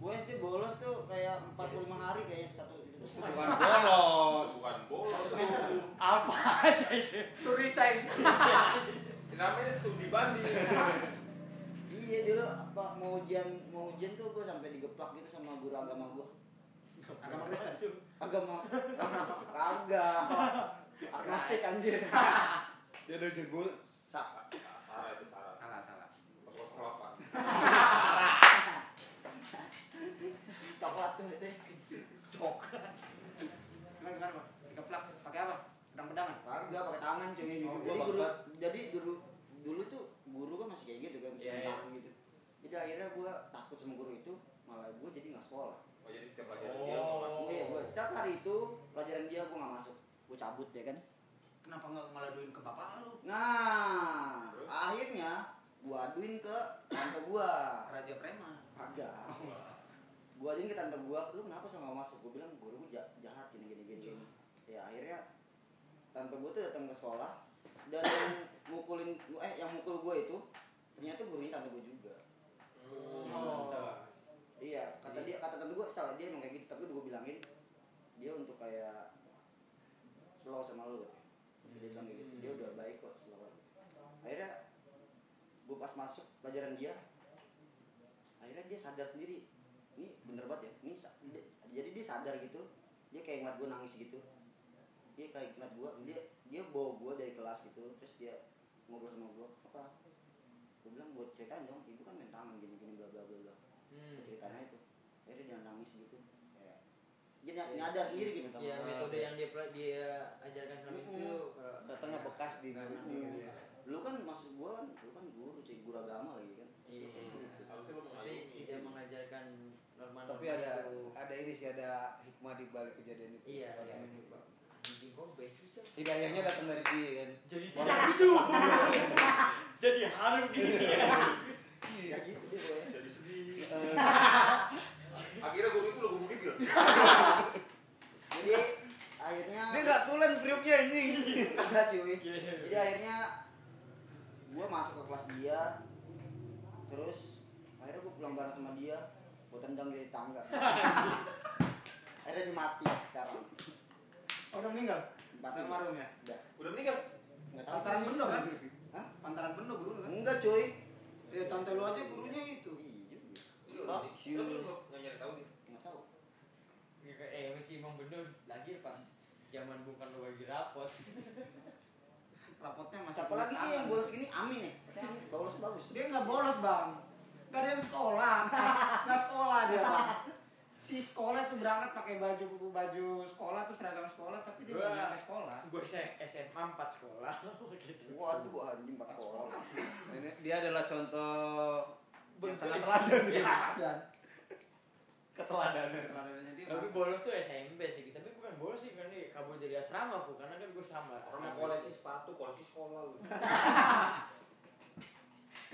S5: gue SD bolos tuh kayak 45 hari kayaknya satu gitu. itu
S1: bukan bolos
S3: Bukan bolos. lu.
S2: Apa aja itu?
S4: Lu resign.
S3: Ini Namanya studi banding.
S5: iya dulu apa mau ujian mau ujian tuh gue sampai digeplak gitu sama guru agama gue
S4: Agama Kristen.
S5: agama raga agnostik anjir
S1: dia udah jago
S3: Sa- Sarah itu Sarah.
S4: Salah salah.
S3: 008.
S5: coklat tuh sih
S4: Gimana gimana bang? Dikeplak pakai apa? Pedang-pedangan.
S5: raga pakai tangan cuy
S1: Oh, gua
S5: jadi guru
S1: bangsat.
S5: jadi dulu dulu tuh guru kan masih kayak gitu kan masih
S2: Iya,
S5: main
S2: iya.
S5: tangan gitu jadi akhirnya gue takut sama guru itu malah gue jadi nggak sekolah
S3: Oh jadi setiap pelajaran dia nggak
S1: Oh.
S3: masuk.
S5: iya gue setiap hari itu pelajaran dia gue nggak masuk gue cabut ya kan
S4: Kenapa nggak ngeladuin ke bapak lu?
S5: Nah,
S3: Terus?
S5: akhirnya gua aduin ke tante gua.
S4: Raja preman.
S5: Agak. Gua aduin ke tante gua, lu kenapa sama masuk? Gua bilang guru gua ja- jahat gini gini gini. gini." Ya akhirnya tante gua tuh datang ke sekolah dan yang mukulin gua eh yang mukul gua itu ternyata gurunya tante gua juga.
S2: Oh.
S5: Iya, kata dia kata tante gua salah dia emang kayak gitu, tapi udah gua bilangin dia untuk kayak slow sama lu. Dia bilang kayak gitu, dia udah baik kok slow. Akhirnya gue pas masuk pelajaran dia, akhirnya dia sadar sendiri. Ini bener banget ya, ini sa- dia- jadi dia sadar gitu, dia kayak ngeliat gue nangis gitu. Dia kayak ngeliat gue, dia dia bawa gue dari kelas gitu, terus dia ngobrol sama gue apa? Gue bilang buat ceritain dong, ibu kan
S2: Hmm.
S5: Iya, main tangan gini gini bla bla bla bla ceritanya itu akhirnya dia nangis gitu kayak Jadi nyadar sendiri gitu.
S2: ya metode yang dia pel- dia ajarkan selama
S5: Mm-mm.
S2: itu kalau- ya,
S1: Datangnya bekas di
S2: Karena-
S1: mulut.
S2: Iya.
S5: Lu kan maksud gua kan, lu kan guru, cuy, guru agama lagi kan.
S3: Iya. Harusnya lu
S2: tapi
S3: mengayomi.
S2: tidak mengajarkan norma
S1: Tapi ada ada ini sih ada hikmah di balik kejadian itu.
S2: iya
S1: Oke.
S2: yang bikin kok best susah
S1: Hidayahnya datang dari dia kan.
S2: jadi
S1: Walaupun-
S2: tidak lucu jadi harum gini ya
S5: Ya gitu deh gue.
S3: Jadi sedih.
S1: Eh,
S3: Akhirnya guru itu lo guru gigil.
S5: Jadi akhirnya
S1: Dia nggak tulen priuknya anjing.
S5: enggak cuy.
S2: Iya, iya.
S5: Jadi akhirnya gua masuk ke kelas dia. Terus akhirnya gua pulang bareng sama dia, gua tendang dari tangga. akhirnya dia mati sekarang.
S4: Orang meninggal?
S5: Mati.
S4: Almarhum ya?
S5: Udah.
S3: Udah meninggal.
S5: Enggak tahu.
S4: Pantaran
S5: sih.
S4: penuh kan?
S5: Hah?
S4: Pantaran penuh guru lu kan?
S5: Enggak cuy.
S4: Ya tante lu aja gurunya itu.
S5: Iya. iya.
S3: Iya, udah
S1: Fuck
S3: meninggal. Tapi lu nggak- nggak nyari tahu dia.
S5: Enggak tahu.
S2: eh masih emang bener lahir pas zaman bukan lu lagi rapot
S4: Rapotnya masih
S5: Siapa lagi sih yang
S4: bolos?
S5: bolos gini? Amin ya. Katanya Amin bolos bagus.
S4: Dia nggak bolos bang. Gak ada yang sekolah. Nggak sekolah dia bang. Si sekolah tuh berangkat pakai baju baju sekolah terus seragam sekolah tapi dia nggak
S2: Wah.
S4: nyampe sekolah.
S2: gue SMA empat sekolah gitu
S5: Waduh, anjing bakal orang.
S1: Ini- Dia adalah contoh yang
S2: Bentuk
S1: sangat
S2: aja.
S1: teladan.
S4: Dia Iya, dan
S1: Keteladanan.
S4: keteladaannya dia.
S2: tapi
S4: Bang.
S2: bolos tuh SMP sih tapi bukan bolos sih kan dia kabur dari asrama bu karena kan gue sama
S3: Orang mau
S2: asrama.
S3: koleksi sepatu, koleksi sekolah lu.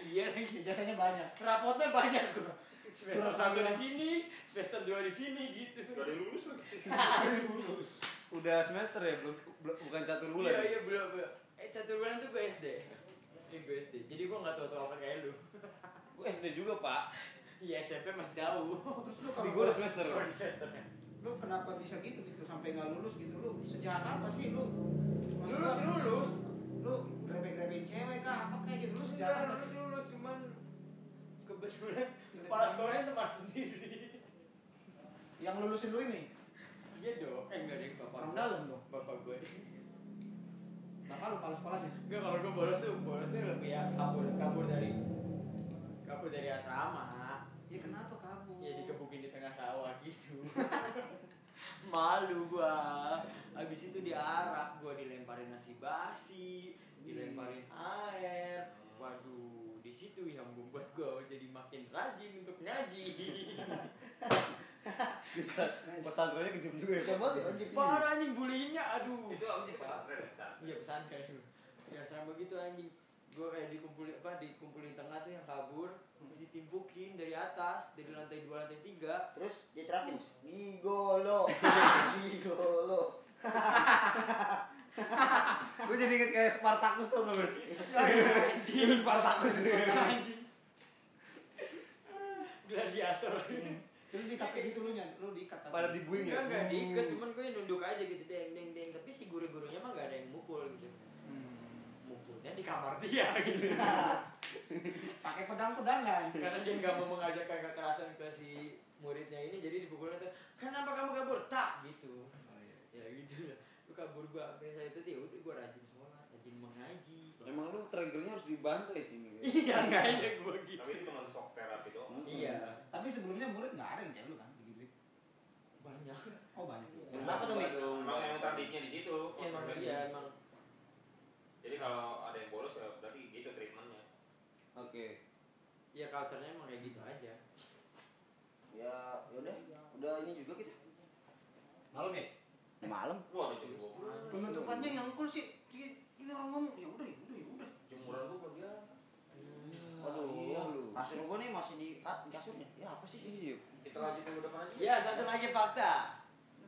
S2: iya lagi
S4: Jasanya banyak.
S2: rapotnya banyak gue semester
S4: Kurang
S2: satu
S4: satu.
S2: di sini semester dua di sini gitu
S3: Gak ada yang lulus lagi.
S1: Udah semester ya, belum belum- bukan catur bulan. ya?
S2: iya iya belum belum eh satu bulan tuh gue SD Iya gue SD jadi gue nggak tahu tahu apa kayak lu
S1: Gue SD juga, Pak.
S2: iya SMP masih jauh
S4: Terus lu
S1: Tapi
S4: kalau
S1: gue udah semester.
S2: Kalau di semesternya.
S4: lu kenapa bisa gitu gitu sampai nggak lulus gitu lu sejahat apa sih lu? Maksud
S2: lulus
S4: gua,
S2: lulus
S4: lu grebe-grebein cewek kah apa kayak gitu lu
S2: lulus
S4: sejahat apa
S2: lulus
S4: sih?
S2: lulus cuman kebetulan kepala sekolahnya teman sendiri
S4: Yang lulusin lu ini
S2: iya dong eh nggak deh bapak
S4: orang
S2: gua.
S4: dalam dong.
S2: bapak gue
S4: Bapak lu kepala sekolahnya.
S2: Enggak kalau gue bolos tuh bolos tuh lebih ya kabur kabur dari kabur dari asrama
S4: Ya kenapa kabur?
S2: ya dikebukin di tengah sawah gitu malu gua abis itu diarak gua dilemparin nasi basi dilemparin air waduh di situ yang membuat gua jadi makin rajin untuk ngaji
S1: Pas pesantrennya kejam juga ya, Pak.
S2: parah anjing bulinya aduh
S3: Itu apa sih pesantren ya? pesantren.
S2: Iya pesantren dulu. Ya sama gitu anjing. Gue kayak dikumpulin apa dikumpulin tengah tuh yang kabur,
S3: Hmm.
S2: terus ditimpukin dari atas, dari lantai 2 lantai 3.
S5: Terus dia terakhir gigolo. Gigolo.
S1: Gue jadi inget kayak Spartacus tuh, Bro.
S2: Anjing,
S1: Spartacus.
S2: anjing. Gladiator.
S4: Terus dikat kayak gitu lu nyan, lu diikat apa?
S1: Pada dibuing
S2: Enggak
S1: ya.
S2: enggak diikat, cuman gue nunduk aja gitu deng deng deng, tapi si guru-gurunya mah enggak ada yang mukul gitu. Mukulnya di kamar dia gitu.
S4: pakai pedang-pedang kan?
S2: Karena dia nggak mau mengajarkan kekerasan ke si muridnya ini, jadi dipukulnya tuh, "Kenapa kamu kabur?" Tak gitu. ya gitu lah lu kabur gua sampai saya itu ya udah gua rajin sholat rajin mengaji
S1: Emang lu triggernya harus dibantai sih ini.
S2: iya kayaknya gua
S3: Tapi itu cuma shock therapy doang.
S2: iya
S4: Tapi sebelumnya murid nggak ada yang kayak lu kan? Begitu.
S2: banyak
S4: Oh banyak.
S1: Kenapa tuh, Mi?
S3: Emang emang tradisinya di situ.
S2: emang
S3: Kontrol.
S2: iya emang
S3: Jadi kalau ada yang bolos ya berarti gitu treatmentnya.
S1: Oke.
S2: ya culture-nya emang kayak gitu aja
S5: Ya, yaudah. Udah ini juga kita.
S1: Malam ya?
S5: Udah malam.
S3: Wah, ada jemur.
S4: Penutupannya yang cool sih. Si- Ini orang ngomong, ya udah, ya udah, ya udah.
S3: Jemuran tuh kok dia.
S5: Waduh,
S1: iya lu.
S5: kasur gua nih masih di, ka- di kasurnya. Ya apa sih?
S1: Iya.
S3: Kita lanjut yang udah maju.
S2: ya satu lagi fakta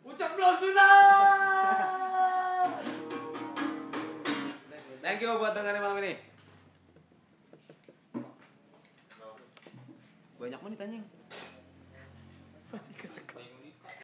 S2: ucap belum sunat
S1: Thank you buat dengerin malam ini.
S3: Nah,
S1: Banyak menit anjing.